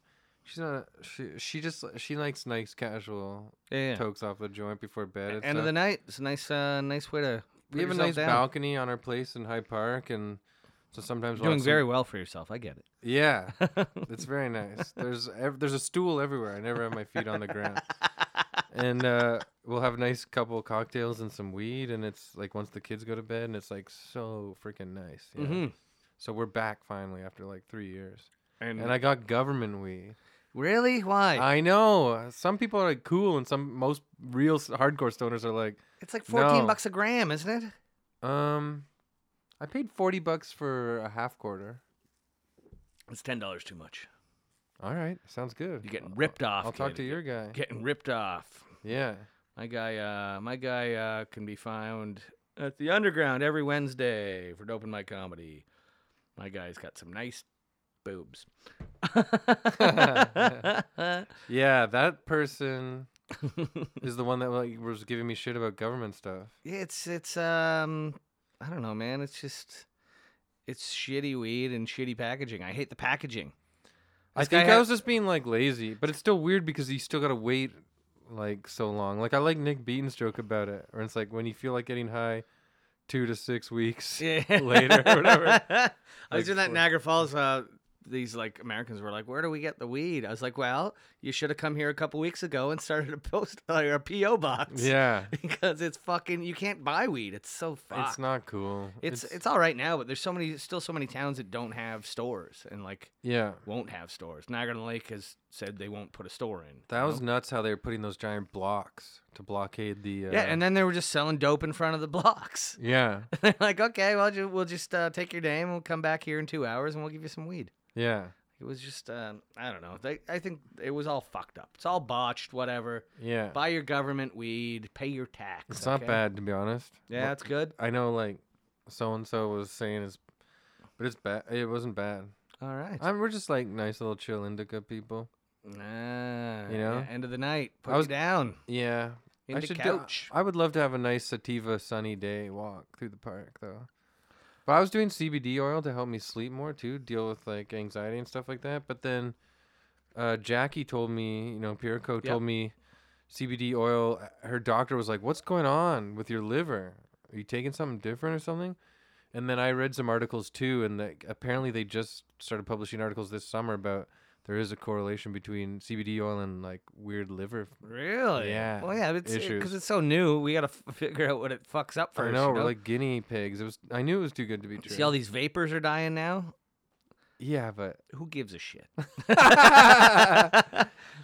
Speaker 3: she's not she she just she likes nice casual
Speaker 2: Yeah,
Speaker 3: tokes off the joint before bed. and
Speaker 2: End of
Speaker 3: stuff.
Speaker 2: the night. It's a nice, uh, nice way to. put
Speaker 3: we have a
Speaker 2: yourself
Speaker 3: nice
Speaker 2: down.
Speaker 3: balcony on our place in Hyde Park, and so sometimes
Speaker 2: You're Doing
Speaker 3: watch some-
Speaker 2: very well for yourself. I get it.
Speaker 3: yeah, it's very nice. There's ev- there's a stool everywhere. I never have my feet on the ground. And uh, we'll have a nice couple cocktails and some weed, and it's like once the kids go to bed, and it's like so freaking nice. you know?
Speaker 2: hmm
Speaker 3: So we're back finally after like three years,
Speaker 2: And,
Speaker 3: and I got government weed.
Speaker 2: really, why?
Speaker 3: I know some people are like cool, and some most real s- hardcore stoners are like,
Speaker 2: it's like fourteen
Speaker 3: No.
Speaker 2: bucks a gram, isn't it?
Speaker 3: um, I paid forty bucks for a half quarter.
Speaker 2: It's ten dollars too much.
Speaker 3: All right, sounds good.
Speaker 2: You're getting ripped off.
Speaker 3: I'll talk
Speaker 2: kid.
Speaker 3: to your guy.
Speaker 2: Getting ripped off.
Speaker 3: Yeah.
Speaker 2: My guy, uh, my guy uh, can be found at the Underground every Wednesday for an open mic comedy. My guy's got some nice boobs.
Speaker 3: Yeah, that person is the one that like was giving me shit about government stuff.
Speaker 2: it's it's um, I don't know, man. It's just it's shitty weed and shitty packaging. I hate the packaging.
Speaker 3: I
Speaker 2: This guy
Speaker 3: think
Speaker 2: had-
Speaker 3: I was just being like lazy, but it's still weird because you still gotta wait like so long. Like I like Nick Beaton's joke about it, where it's like when you feel like getting high, two to six weeks later or whatever.
Speaker 2: I was
Speaker 3: Like
Speaker 2: doing that in
Speaker 3: for-
Speaker 2: Niagara Falls. Uh, these like Americans were like, "Where do we get the weed?" I was like, "Well, you should have come here a couple weeks ago and started a post like, a PO box."
Speaker 3: Yeah,
Speaker 2: because it's fucking you can't buy weed. It's so fucked.
Speaker 3: it's not cool.
Speaker 2: It's, it's all right now, but there's so many still so many towns that don't have stores and like
Speaker 3: yeah.
Speaker 2: won't have stores. Niagara Lake has said they won't put a store in.
Speaker 3: That was nuts how they were putting those giant blocks to blockade the. Uh,
Speaker 2: yeah, and then they were just selling dope in front of the blocks.
Speaker 3: yeah,
Speaker 2: They're like, okay, well, ju- we'll just uh, take your name. We'll come back here in two hours and we'll give you some weed.
Speaker 3: yeah,
Speaker 2: It was just, um, I don't know. They, I think it was all fucked up. It's all botched, whatever.
Speaker 3: yeah.
Speaker 2: Buy your government weed, pay your tax.
Speaker 3: It's not
Speaker 2: okay?
Speaker 3: bad to be honest.
Speaker 2: Yeah, it's good.
Speaker 3: I know like so and so was saying is, but it's bad. It wasn't bad.
Speaker 2: All right.
Speaker 3: i we're just like nice little chill indica people.
Speaker 2: Ah,
Speaker 3: You know?
Speaker 2: yeah, end of the night, put
Speaker 3: was-
Speaker 2: you down
Speaker 3: Yeah,
Speaker 2: in the
Speaker 3: do-
Speaker 2: couch.
Speaker 3: I would love to have a nice sativa sunny day walk through the park though. But I was doing CBD oil to help me sleep more too, deal with like anxiety and stuff like that. But then, uh, Jackie told me, you know, Pirico
Speaker 2: Yep.
Speaker 3: told me, CBD oil. uh, Her doctor was like, "What's going on with your liver? Are you taking something different or something?" And then I read some articles too, and that apparently they just started publishing articles this summer about there is a correlation between CBD oil and like weird liver
Speaker 2: really?
Speaker 3: Yeah,
Speaker 2: Well, yeah, it's because
Speaker 3: issues.
Speaker 2: it's so new. We gotta f- figure out what it fucks up first.
Speaker 3: I know,
Speaker 2: you
Speaker 3: we're like guinea pigs. It was. I knew it was too good to be true.
Speaker 2: see all these vapors are dying now.
Speaker 3: yeah, but
Speaker 2: Who gives a shit?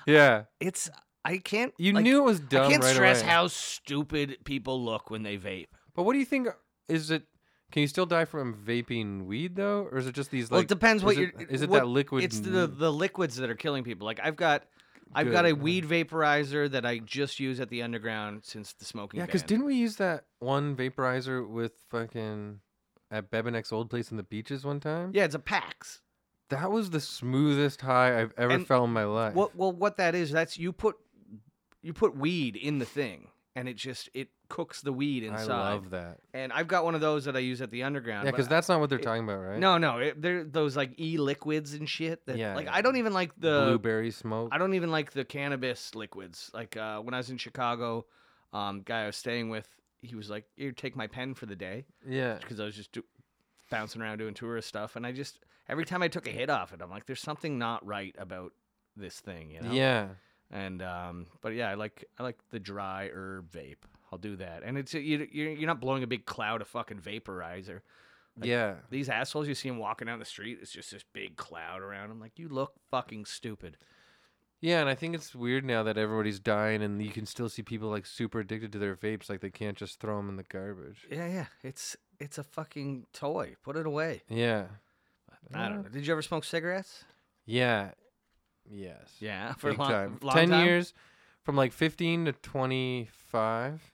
Speaker 3: yeah,
Speaker 2: it's I can't.
Speaker 3: you
Speaker 2: like,
Speaker 3: knew it was dumb.
Speaker 2: I can't
Speaker 3: right
Speaker 2: stress
Speaker 3: away.
Speaker 2: how stupid people look when they vape.
Speaker 3: But what do you think? Is it? Can you still die from vaping weed though, or is it just these? Like,
Speaker 2: well, it depends what
Speaker 3: is
Speaker 2: you're.
Speaker 3: it- Is it
Speaker 2: what-
Speaker 3: that liquid?
Speaker 2: It's the
Speaker 3: n-
Speaker 2: the liquids that are killing people. Like I've got. I've got
Speaker 3: Good,
Speaker 2: a
Speaker 3: yeah.
Speaker 2: weed vaporizer that I just use at the underground since the smoking.
Speaker 3: yeah,
Speaker 2: because
Speaker 3: because didn't we use that one vaporizer with fucking at Bebenek's old place in the beaches one time?
Speaker 2: yeah, it's a Pax.
Speaker 3: that was the smoothest high I've ever
Speaker 2: And
Speaker 3: felt in my life.
Speaker 2: Well, well, what that is, that's you put you put weed in the thing, and it just it cooks the weed
Speaker 3: I
Speaker 2: inside.
Speaker 3: love that.
Speaker 2: And I've got one of those that I use at the underground.
Speaker 3: Yeah,
Speaker 2: but
Speaker 3: because
Speaker 2: I-
Speaker 3: that's not what they're talking about, right?
Speaker 2: no, no, it, they're those like e liquids and shit. That
Speaker 3: Yeah,
Speaker 2: like
Speaker 3: yeah.
Speaker 2: I don't even like the
Speaker 3: blueberry smoke.
Speaker 2: I don't even like the cannabis liquids. Like uh, when I was in Chicago, um, guy I was staying with, he was like, "Here, take my pen for the day,"
Speaker 3: yeah,
Speaker 2: because I was just do- bouncing around doing tourist stuff, and I just every time I took a hit off it, I'm like, "There's something not right about this thing," you know?
Speaker 3: yeah.
Speaker 2: And um, but yeah, I like I like the dry herb vape. I'll do that. And it's you you're, you're not blowing a big cloud of fucking vaporizer.
Speaker 3: yeah.
Speaker 2: These assholes you see them walking down the street, it's just this big cloud around. I'm like, you look fucking stupid.
Speaker 3: Yeah, and I think it's weird now that everybody's dying and you can still see people like super addicted to their vapes like they can't just throw them in the garbage.
Speaker 2: Yeah, yeah. It's it's a fucking toy. Put it away.
Speaker 3: Yeah.
Speaker 2: I don't know. Did you ever smoke cigarettes?
Speaker 3: Yeah. Yes.
Speaker 2: Yeah, for
Speaker 3: Big
Speaker 2: a long,
Speaker 3: time.
Speaker 2: long
Speaker 3: 10
Speaker 2: time?
Speaker 3: years from like 15 to 25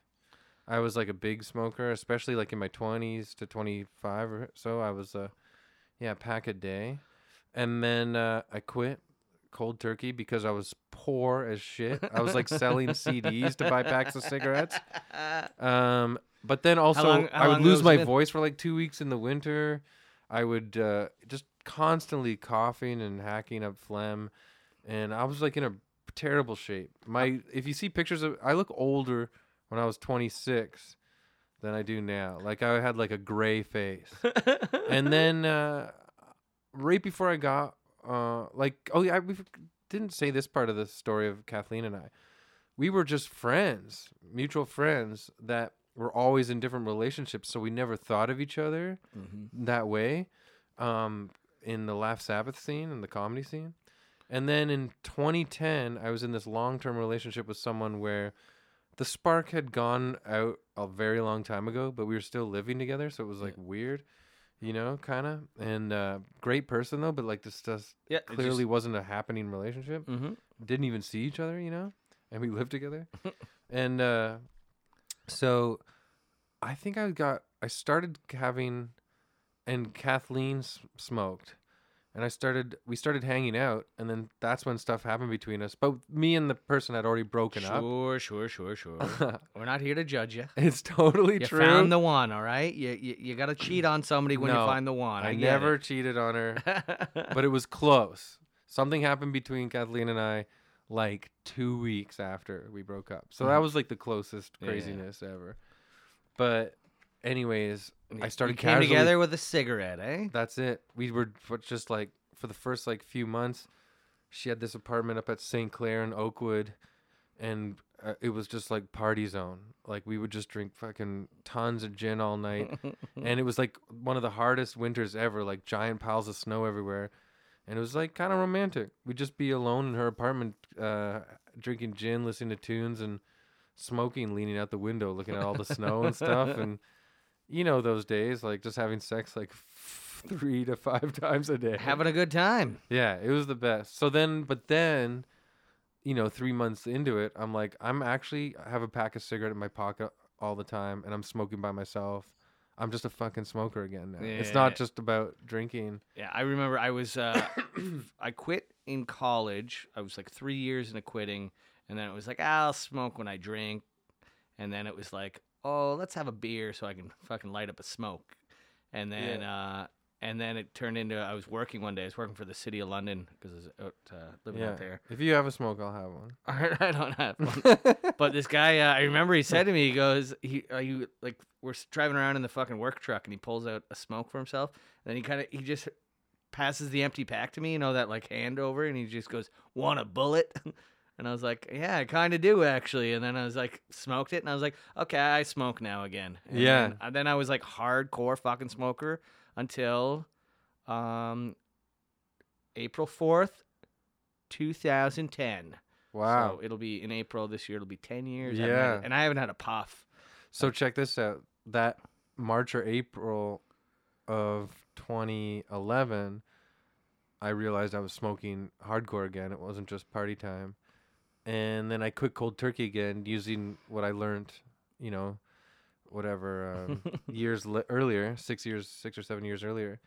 Speaker 3: i was like a big smoker especially like in my 20s to 25 or so i was uh yeah pack a day and then uh, i quit cold turkey because i was poor as shit i was like selling cds to buy packs of cigarettes um but then also
Speaker 2: long- how
Speaker 3: i
Speaker 2: long
Speaker 3: would
Speaker 2: ago
Speaker 3: lose
Speaker 2: was
Speaker 3: my
Speaker 2: this?
Speaker 3: voice for like two weeks in the winter i would uh, just constantly coughing and hacking up phlegm and I was like in a terrible shape.
Speaker 2: Uh,
Speaker 3: My if you see pictures of I look older when I was 26 than I do now. Like I had like a gray face. and then uh right before I got uh like oh yeah, we didn't say this part of the story of Kathleen and I. We were just friends, mutual friends that were always in different relationships, so we never thought of each other
Speaker 2: Mm-hmm.
Speaker 3: that way. Um in the Laugh Sabbath scene and the comedy scene. And then in 2010, I was in this long term relationship with someone where the spark had gone out a very long time ago, but we were still living together. So it was like weird, you know, kind of. And uh, great person, though, but like this just
Speaker 2: Yeah, it
Speaker 3: clearly
Speaker 2: just-
Speaker 3: wasn't a happening relationship.
Speaker 2: Mhm.
Speaker 3: Didn't even see each other, you know, and we lived together. and uh, so I think I got, I started having, and Kathleen s- smoked and I started we started hanging out and then that's when stuff happened between us. But me and the person had already broken
Speaker 2: Sure, sure, sure, sure.
Speaker 3: up.
Speaker 2: We're not here to judge you.
Speaker 3: it's totally
Speaker 2: You
Speaker 3: true.
Speaker 2: found the one, all right? You, you, you got to cheat on somebody when you
Speaker 3: No,
Speaker 2: find the one.
Speaker 3: I,
Speaker 2: I, get
Speaker 3: never
Speaker 2: it.
Speaker 3: cheated on her, but it was close. Something happened between Kathleen and I like 2 weeks after we broke up. So that was like the closest
Speaker 2: Mm. Yeah, yeah.
Speaker 3: craziness ever. But anyways, I started
Speaker 2: you came
Speaker 3: casually-
Speaker 2: together with a cigarette, eh?
Speaker 3: That's it. We were f- just like for the first like few months, she had this apartment up at St. Clair in Oakwood, and uh, it was just like party zone. Like we would just drink fucking tons of gin all night, and it was like one of the hardest winters ever. Like giant piles of snow everywhere, and it was like kind of romantic. We'd just be alone in her apartment, uh, drinking gin, listening to tunes, and smoking, leaning out the window, looking at all the snow and stuff, and you know those days, like just having sex like f- three to five times a day.
Speaker 2: Having a good time.
Speaker 3: yeah, it was the best. So then, but then, you know, three months into it, I'm like, I'm actually I have a pack of cigarette in my pocket all the time, and I'm smoking by myself. I'm just a fucking smoker again now. It's
Speaker 2: Yeah.
Speaker 3: not just about drinking.
Speaker 2: Yeah, I remember I was uh, I quit in college. I was like three years into quitting, and then it was like I'll smoke when I drink, and then it was like oh let's have a beer so I can fucking light up a smoke, and then uh, and then it turned into I was working one day. I was working for the city of London because I was out, uh, living
Speaker 3: Yeah.
Speaker 2: out there.
Speaker 3: If you have a smoke, I'll have one.
Speaker 2: I don't have one. but this guy, uh, I remember he said to me, he goes, he, are you like, we're s- driving around in the fucking work truck and he pulls out a smoke for himself. And then he kind of, he just passes the empty pack to me, you know, that like hand over and he just goes, want a bullet? And I was like, yeah, I kind of do actually. And then I was like, smoked it. And I was like, okay, I smoke now again. And
Speaker 3: Yeah.
Speaker 2: Then, and then I was like hardcore fucking smoker until um, April 4th, 2010.
Speaker 3: Wow.
Speaker 2: So it'll be in April this year. It'll be ten years. I haven't had
Speaker 3: Yeah.
Speaker 2: it- and I haven't had a puff.
Speaker 3: So check this out. That March or April of 2011, I realized I was smoking hardcore again. It wasn't just party time. And then I quit cold turkey again using what I learned, you know, whatever um, years li- earlier, six years, six or seven years earlier.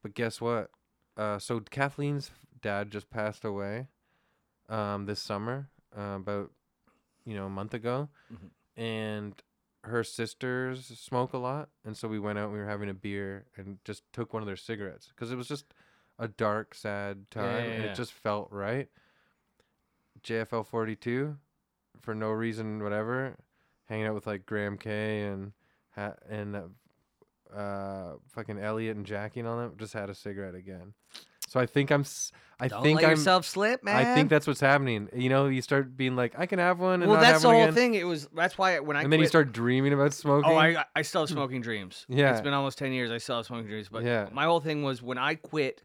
Speaker 3: But guess what? Uh, so Kathleen's dad just passed away um, this summer, uh, about you know a month ago,
Speaker 2: Mm-hmm.
Speaker 3: and her sisters smoke a lot, and so we went out and we were having a beer and just took one of their cigarettes because it was just a dark, sad
Speaker 2: Yeah,
Speaker 3: time,
Speaker 2: yeah,
Speaker 3: and
Speaker 2: yeah.
Speaker 3: it just felt right. JFL forty two, for no reason, whatever, hanging out with like Graham K and ha- and uh, uh fucking Elliot and Jackie and all that just had a cigarette again. So I think I'm s- I
Speaker 2: Don't
Speaker 3: think
Speaker 2: let
Speaker 3: I'm
Speaker 2: yourself slip, man.
Speaker 3: I think that's what's happening. You know, you start being like I can have one and
Speaker 2: well,
Speaker 3: not
Speaker 2: that's
Speaker 3: have
Speaker 2: the
Speaker 3: one
Speaker 2: whole
Speaker 3: again.
Speaker 2: thing. It was that's why when I
Speaker 3: and then you
Speaker 2: quit-
Speaker 3: start dreaming about smoking. Mm.
Speaker 2: Oh, I I still have smoking dreams. it's
Speaker 3: Yeah.
Speaker 2: been almost ten years. I still have smoking dreams. But
Speaker 3: Yeah.
Speaker 2: my whole thing was when I quit,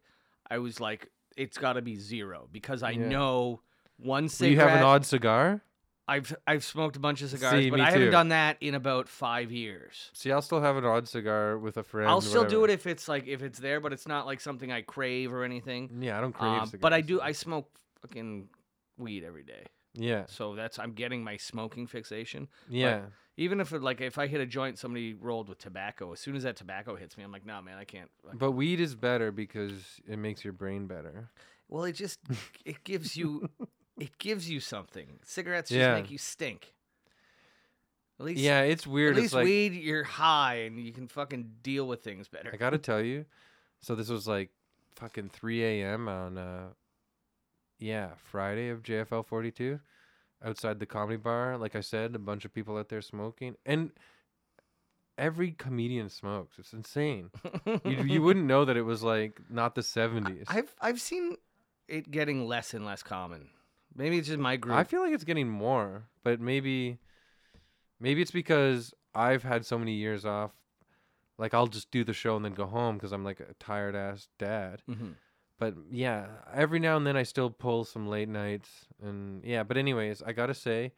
Speaker 2: I was like, it's got to be zero because I
Speaker 3: Yeah.
Speaker 2: know one
Speaker 3: Do
Speaker 2: cigarette.
Speaker 3: you have an odd cigar?
Speaker 2: I've I've smoked a bunch of cigars,
Speaker 3: See,
Speaker 2: but
Speaker 3: me
Speaker 2: I haven't
Speaker 3: too.
Speaker 2: done that in about five years.
Speaker 3: See, I'll still have an odd cigar with a friend.
Speaker 2: I'll still do it
Speaker 3: whatever.
Speaker 2: if it's like if it's there, but it's not like something I crave or anything.
Speaker 3: Yeah, I don't crave
Speaker 2: Um,
Speaker 3: cigars.
Speaker 2: but I do.
Speaker 3: so-
Speaker 2: I smoke fucking weed every day.
Speaker 3: Yeah.
Speaker 2: So that's I'm getting my smoking fixation.
Speaker 3: Yeah.
Speaker 2: Even if it, like if I hit a joint, somebody rolled with tobacco. As soon as that tobacco hits me, I'm like, nah, man, I can't. Like,
Speaker 3: but weed is better because it makes your brain better.
Speaker 2: Well, it just it gives you it gives you something. Cigarettes
Speaker 3: Yeah.
Speaker 2: just make you stink. At least
Speaker 3: Yeah, it's weird.
Speaker 2: At least
Speaker 3: it's like
Speaker 2: weed, you're high and you can fucking deal with things better.
Speaker 3: I gotta tell you, so this was like fucking 3 a.m. on uh, yeah Friday of JFL 42, outside the comedy bar. Like I said, a bunch of people out there smoking, and every comedian smokes. It's insane. you, you wouldn't know that it was like not the 70s. I,
Speaker 2: I've I've seen it getting less and less common. Maybe it's just my group.
Speaker 3: feel like it's getting more, but maybe maybe it's because I've had so many years off. Like I'll just do the show and then go home because I'm like a tired ass dad.
Speaker 2: Mhm.
Speaker 3: but yeah, every now and then I still pull some late nights and yeah, but anyways, I gotta say,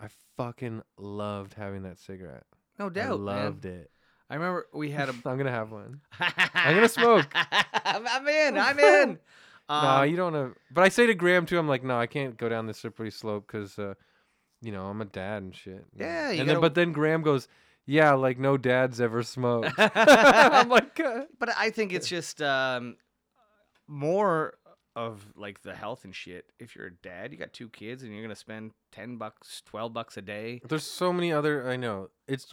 Speaker 3: I fucking loved having that cigarette.
Speaker 2: No doubt,
Speaker 3: I
Speaker 2: man.
Speaker 3: loved it.
Speaker 2: I remember we had a.
Speaker 3: I'm gonna have one. I'm gonna smoke.
Speaker 2: I'm, I'm in. I'm in.
Speaker 3: no,
Speaker 2: Um,
Speaker 3: you don't have. But I say to Graham too, I'm like, no, I can't go down this slippery slope because, uh, you know, I'm a dad and shit.
Speaker 2: Yeah, you
Speaker 3: and
Speaker 2: gotta-
Speaker 3: then, but then Graham goes, yeah, like no dad's ever smoked. I'm like, uh,
Speaker 2: um, but I think it's just um, more of like the health and shit. If you're a dad, you got two kids, and you're gonna spend ten bucks, twelve bucks a day.
Speaker 3: There's so many other. I know. It's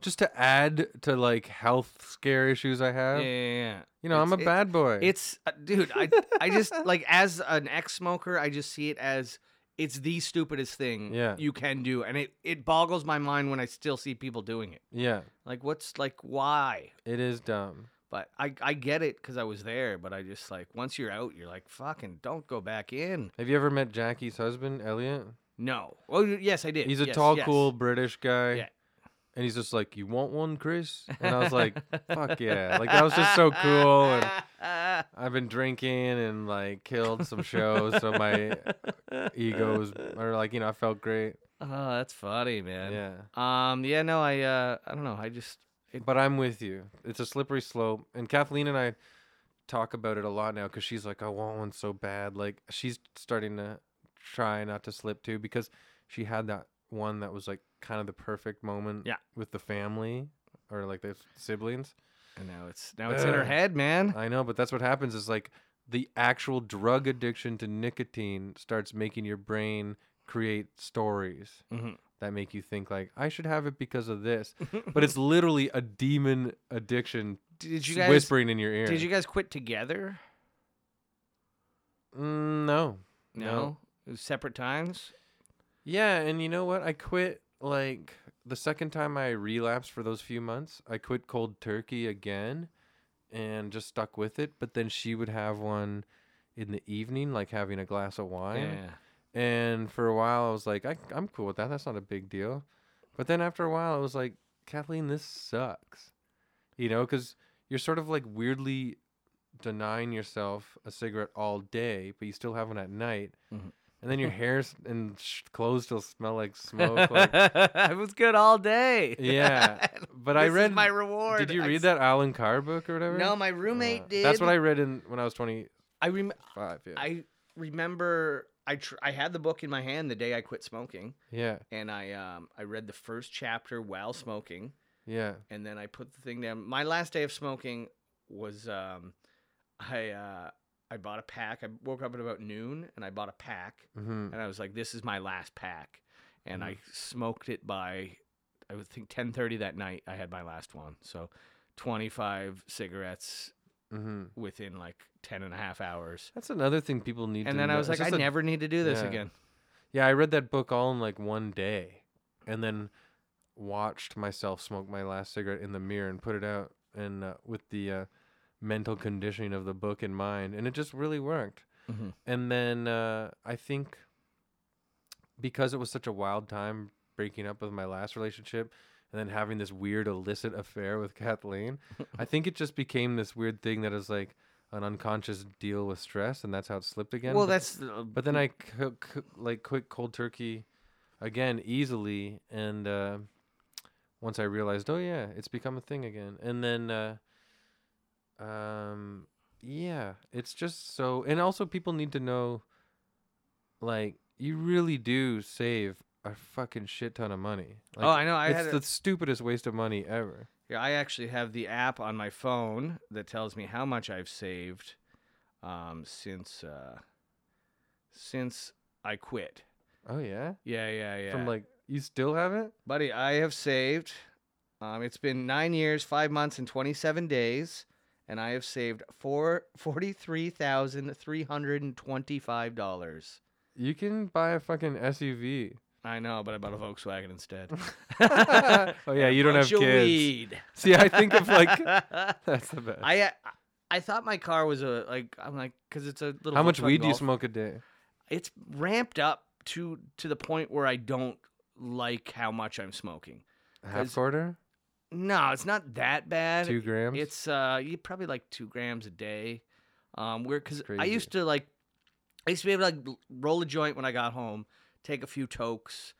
Speaker 3: just to add to like health scare issues I have.
Speaker 2: Yeah, yeah, yeah.
Speaker 3: You know, I'm a
Speaker 2: It's- it-
Speaker 3: bad boy.
Speaker 2: It's uh, dude, I I just like as an ex-smoker, I just see it as it's the stupidest thing
Speaker 3: Yeah.
Speaker 2: you can do, and it it boggles my mind when I still see people doing it.
Speaker 3: yeah,
Speaker 2: Like, what's like why?
Speaker 3: it is dumb.
Speaker 2: But I I get it because I was there, but I just like once you're out, you're like fucking don't go back in.
Speaker 3: Have you ever met Jackie's husband, Elliot?
Speaker 2: No. Oh y- yes, I did.
Speaker 3: He's a
Speaker 2: Yes,
Speaker 3: tall,
Speaker 2: yes.
Speaker 3: cool British guy.
Speaker 2: Yeah.
Speaker 3: And he's just like, "You want one, Chris?" And I was like, "Fuck yeah!" Like that was just so cool. And I've been drinking and like killed some shows, so my ego was, or like you know, I felt great.
Speaker 2: Oh, that's funny, man.
Speaker 3: Yeah.
Speaker 2: Um. Yeah. No. I. Uh. I don't know. I just.
Speaker 3: But I'm with you. It's a slippery slope. And Kathleen and I talk about it a lot now because she's like, I want one so bad. Like, she's starting to try not to slip too because she had that one that was like kind of the perfect moment
Speaker 2: Yeah.
Speaker 3: with the family or like the siblings.
Speaker 2: And now it's now it's in her
Speaker 3: Ugh.
Speaker 2: head, man.
Speaker 3: I know, but that's what happens is like the actual drug addiction to nicotine starts making your brain create stories
Speaker 2: Mhm.
Speaker 3: that make you think like I should have it because of this, but it's literally a demon addiction
Speaker 2: Did you
Speaker 3: s-
Speaker 2: guys?
Speaker 3: whispering in your ear.
Speaker 2: Did you guys quit together?
Speaker 3: Mm, no.
Speaker 2: No.
Speaker 3: No.
Speaker 2: It was separate times?
Speaker 3: Yeah, and you know what? I quit like the second time I relapsed for those few months. I quit cold turkey again, and just stuck with it. But then she would have one in the evening, like having a glass of wine. And for a while, I was like, I, I'm cool with that. That's not a big deal. But then after a while, I was like, Kathleen, this sucks. You know, because you're sort of like weirdly denying yourself a cigarette all day, but you still have one at night.
Speaker 2: Mhm.
Speaker 3: And then your hair s- and sh- clothes still smell like smoke. Like,
Speaker 2: I was good all day.
Speaker 3: yeah. But
Speaker 2: This
Speaker 3: I
Speaker 2: is
Speaker 3: read.
Speaker 2: my reward.
Speaker 3: did you
Speaker 2: I
Speaker 3: read
Speaker 2: s-
Speaker 3: that Alan Carr book or whatever?
Speaker 2: No, my roommate
Speaker 3: Uh,
Speaker 2: did.
Speaker 3: That's what I read in when I was 25.
Speaker 2: I rem-
Speaker 3: Yeah.
Speaker 2: I remember I tr- I had the book in my hand the day I quit smoking
Speaker 3: yeah.
Speaker 2: and I um I read the first chapter while smoking
Speaker 3: Yeah.
Speaker 2: and then I put the thing down. My last day of smoking was um I uh I bought a pack. I woke up at about noon and I bought a pack
Speaker 3: hmm
Speaker 2: and I was like, "This is my last pack," and I
Speaker 3: Mm-hmm.
Speaker 2: smoked it by, I would think ten thirty that night. I had my last one, so twenty five cigarettes
Speaker 3: hmm
Speaker 2: within like 10 and a half hours.
Speaker 3: That's another thing people need to
Speaker 2: And then I
Speaker 3: know.
Speaker 2: was
Speaker 3: It's
Speaker 2: like, I
Speaker 3: just a-
Speaker 2: never need to do this
Speaker 3: yeah.
Speaker 2: again.
Speaker 3: Yeah, I read that book all in like one day and then watched myself smoke my last cigarette in the mirror and put it out and uh, with the uh, mental conditioning of the book in mind and it just really worked.
Speaker 2: Mhm.
Speaker 3: And then uh, I think because it was such a wild time breaking up with my last relationship and then having this weird illicit affair with Kathleen, I think it just became this weird thing that is like an unconscious deal with stress and that's how it slipped again.
Speaker 2: well,
Speaker 3: But-
Speaker 2: that's uh,
Speaker 3: but then I c- c- like quit cold turkey again easily, and uh, once I realized, oh yeah, it's become a thing again. And then, uh, um, yeah, it's just so. And also, people need to know, like, you really do save a fucking shit ton of money. Like,
Speaker 2: oh, I know. I
Speaker 3: it's
Speaker 2: had a-
Speaker 3: the stupidest waste of money ever.
Speaker 2: Yeah, I actually have the app on my phone that tells me how much I've saved um, since uh, since I quit.
Speaker 3: Oh yeah?
Speaker 2: Yeah, yeah, yeah.
Speaker 3: From like you still have it?
Speaker 2: buddy, I have saved. Um, it's been nine years, five months, and twenty-seven days, and I have saved four forty-three thousand three hundred and twenty-five dollars.
Speaker 3: You can buy a fucking SUV.
Speaker 2: I know, but I bought a Volkswagen instead.
Speaker 3: oh yeah, you don't have
Speaker 2: Bunch of
Speaker 3: kids.
Speaker 2: weed.
Speaker 3: See, I think of like that's the best.
Speaker 2: I uh, I thought my car was a like I'm like because it's a little.
Speaker 3: How much
Speaker 2: Volkswagen
Speaker 3: weed do you
Speaker 2: Golf.
Speaker 3: smoke a day?
Speaker 2: It's ramped up to to the point where I don't like how much I'm smoking.
Speaker 3: A
Speaker 2: Cause-
Speaker 3: half quarter?
Speaker 2: No, it's not that bad.
Speaker 3: Two grams?
Speaker 2: It's uh, you probably like two grams a day. Um, where because I
Speaker 3: Crazy.
Speaker 2: used to like, I used to be able to like l- roll a joint when I got home, take a few tokes,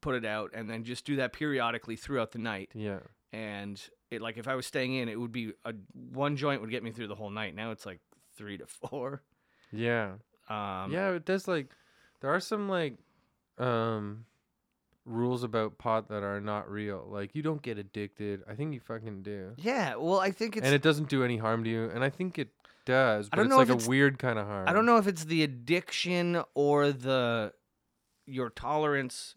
Speaker 2: put it out, and then just do that periodically throughout the night.
Speaker 3: yeah.
Speaker 2: and it like if I was staying in, it would be a one joint would get me through the whole night. Now it's like three to four.
Speaker 3: Yeah.
Speaker 2: Um,
Speaker 3: yeah, it does like there are some like um rules about pot that are not real. Like you don't get addicted. I think you fucking do.
Speaker 2: yeah. Well, I think it's.
Speaker 3: and it doesn't do any harm to you. And I think it does,
Speaker 2: I
Speaker 3: but
Speaker 2: don't
Speaker 3: it's
Speaker 2: know
Speaker 3: like
Speaker 2: if
Speaker 3: a
Speaker 2: it's-
Speaker 3: weird kind of harm.
Speaker 2: I don't know if it's the addiction or the your tolerance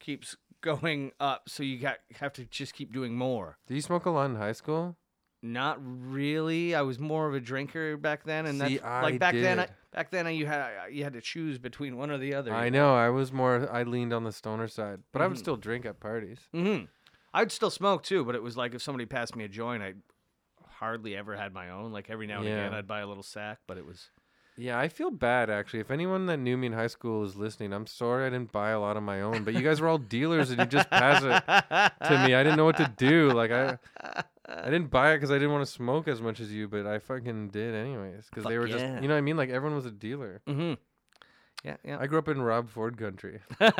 Speaker 2: keeps going up, so you got have to just keep doing more.
Speaker 3: Did you smoke a lot in high school?
Speaker 2: Not really. I was more of a drinker back then, and
Speaker 3: See,
Speaker 2: that's like
Speaker 3: I
Speaker 2: back then. I,
Speaker 3: did.
Speaker 2: back then, I, you had you had to choose between one or the other.
Speaker 3: I know. I was more. I leaned on the stoner side, but I would
Speaker 2: Mhm.
Speaker 3: still drink at parties.
Speaker 2: Mm-hmm. I'd still smoke too, but it was like if somebody passed me a joint, I hardly ever had my own. Like every now and again,
Speaker 3: Yeah.
Speaker 2: I'd buy a little sack, but it was
Speaker 3: Yeah, I feel bad actually. If anyone that knew me in high school is listening, I'm sorry I didn't buy a lot of my own. But you guys were all dealers, and you just pass it to me. I didn't know what to do. Like I, I didn't buy it because I didn't want to smoke as much as you, but I fucking did anyways because they
Speaker 2: Fuck
Speaker 3: were
Speaker 2: yeah.
Speaker 3: just, you know what I mean? Like everyone was a dealer.
Speaker 2: Mm-hmm. Yeah, yeah.
Speaker 3: I grew up in Rob Ford country.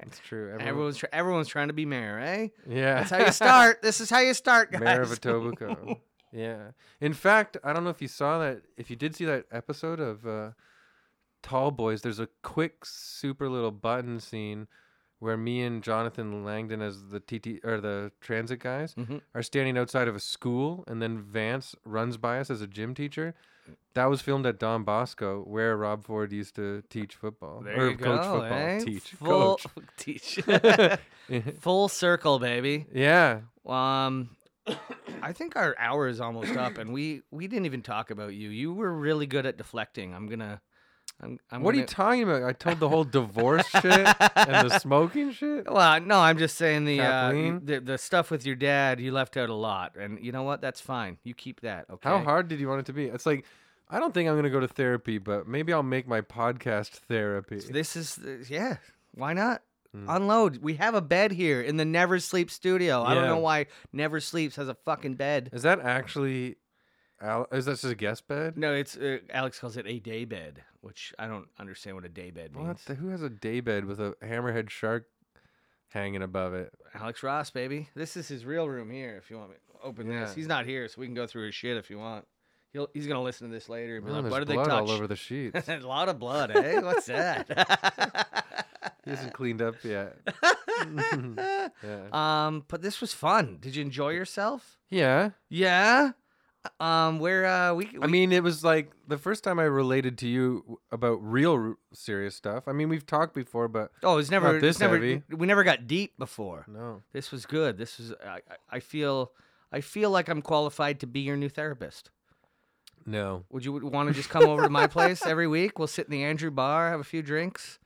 Speaker 3: It's true.
Speaker 2: everyone's try everyone's trying to be mayor, eh?
Speaker 3: yeah.
Speaker 2: That's how you start. this is how you start, guys.
Speaker 3: Mayor of Etobicoke. yeah. In fact, I don't know if you saw that. If you did see that episode of uh, Tall Boys, there's a quick, super little button scene where me and Jonathan Langdon, as the TT or the transit guys,
Speaker 2: Mhm.
Speaker 3: are standing outside of a school, and then Vance runs by us as a gym teacher. That was filmed at Don Bosco, where Rob Ford used to teach football
Speaker 2: There
Speaker 3: or
Speaker 2: you
Speaker 3: coach
Speaker 2: go,
Speaker 3: football,
Speaker 2: eh?
Speaker 3: teach
Speaker 2: Full, teach.
Speaker 3: coach.
Speaker 2: Full circle, baby.
Speaker 3: yeah,
Speaker 2: Um, I think our hour is almost up, and we we didn't even talk about you. You were really good at deflecting. I'm gonna. I'm. I'm
Speaker 3: What are
Speaker 2: gonna,
Speaker 3: you talking about? I told the whole divorce shit and the smoking shit.
Speaker 2: Well, no, I'm just saying the, uh,
Speaker 3: Kathleen?
Speaker 2: the the stuff with your dad you left out a lot, and you know what? That's fine. You keep that. Okay.
Speaker 3: How hard did you want it to be? It's like, I don't think I'm gonna go to therapy, but maybe I'll make my podcast therapy.
Speaker 2: This is the- yeah. Why not?
Speaker 3: Hmm.
Speaker 2: Unload. We have a bed here in the Never Sleep studio. I don't
Speaker 3: Yeah.
Speaker 2: know why Never Sleeps has a fucking bed.
Speaker 3: Is that actually? Al- is that just a guest bed?
Speaker 2: No, it's uh, Alex calls it a day bed, which I don't understand what a day bed means.
Speaker 3: What? The, who has a day bed with a hammerhead shark hanging above it?
Speaker 2: Alex Ross, baby. This is his real room here. If you want me to open this,
Speaker 3: Yeah.
Speaker 2: he's not here, so we can go through his shit if you want. He'll he's gonna listen to this later and be
Speaker 3: Oh,
Speaker 2: like,
Speaker 3: there's
Speaker 2: "What did they
Speaker 3: blood
Speaker 2: touch?"
Speaker 3: all over the sheets.
Speaker 2: a lot of blood, eh? What's that?
Speaker 3: he isn't cleaned up yet. yeah.
Speaker 2: um, but this was fun. Did you enjoy yourself?
Speaker 3: Yeah.
Speaker 2: Yeah. Um, where uh, we, we
Speaker 3: I mean, it was like the first time I related to you w- about real r- serious stuff. I mean, we've talked before, but
Speaker 2: oh, it's never
Speaker 3: this
Speaker 2: it's never
Speaker 3: heavy.
Speaker 2: we never got deep before.
Speaker 3: no.
Speaker 2: This was good. This was I, I- I feel I feel like I'm qualified to be your new therapist.
Speaker 3: No.
Speaker 2: Would you want to just come over to my place every week? We'll sit in the Andrew Bar, have a few drinks.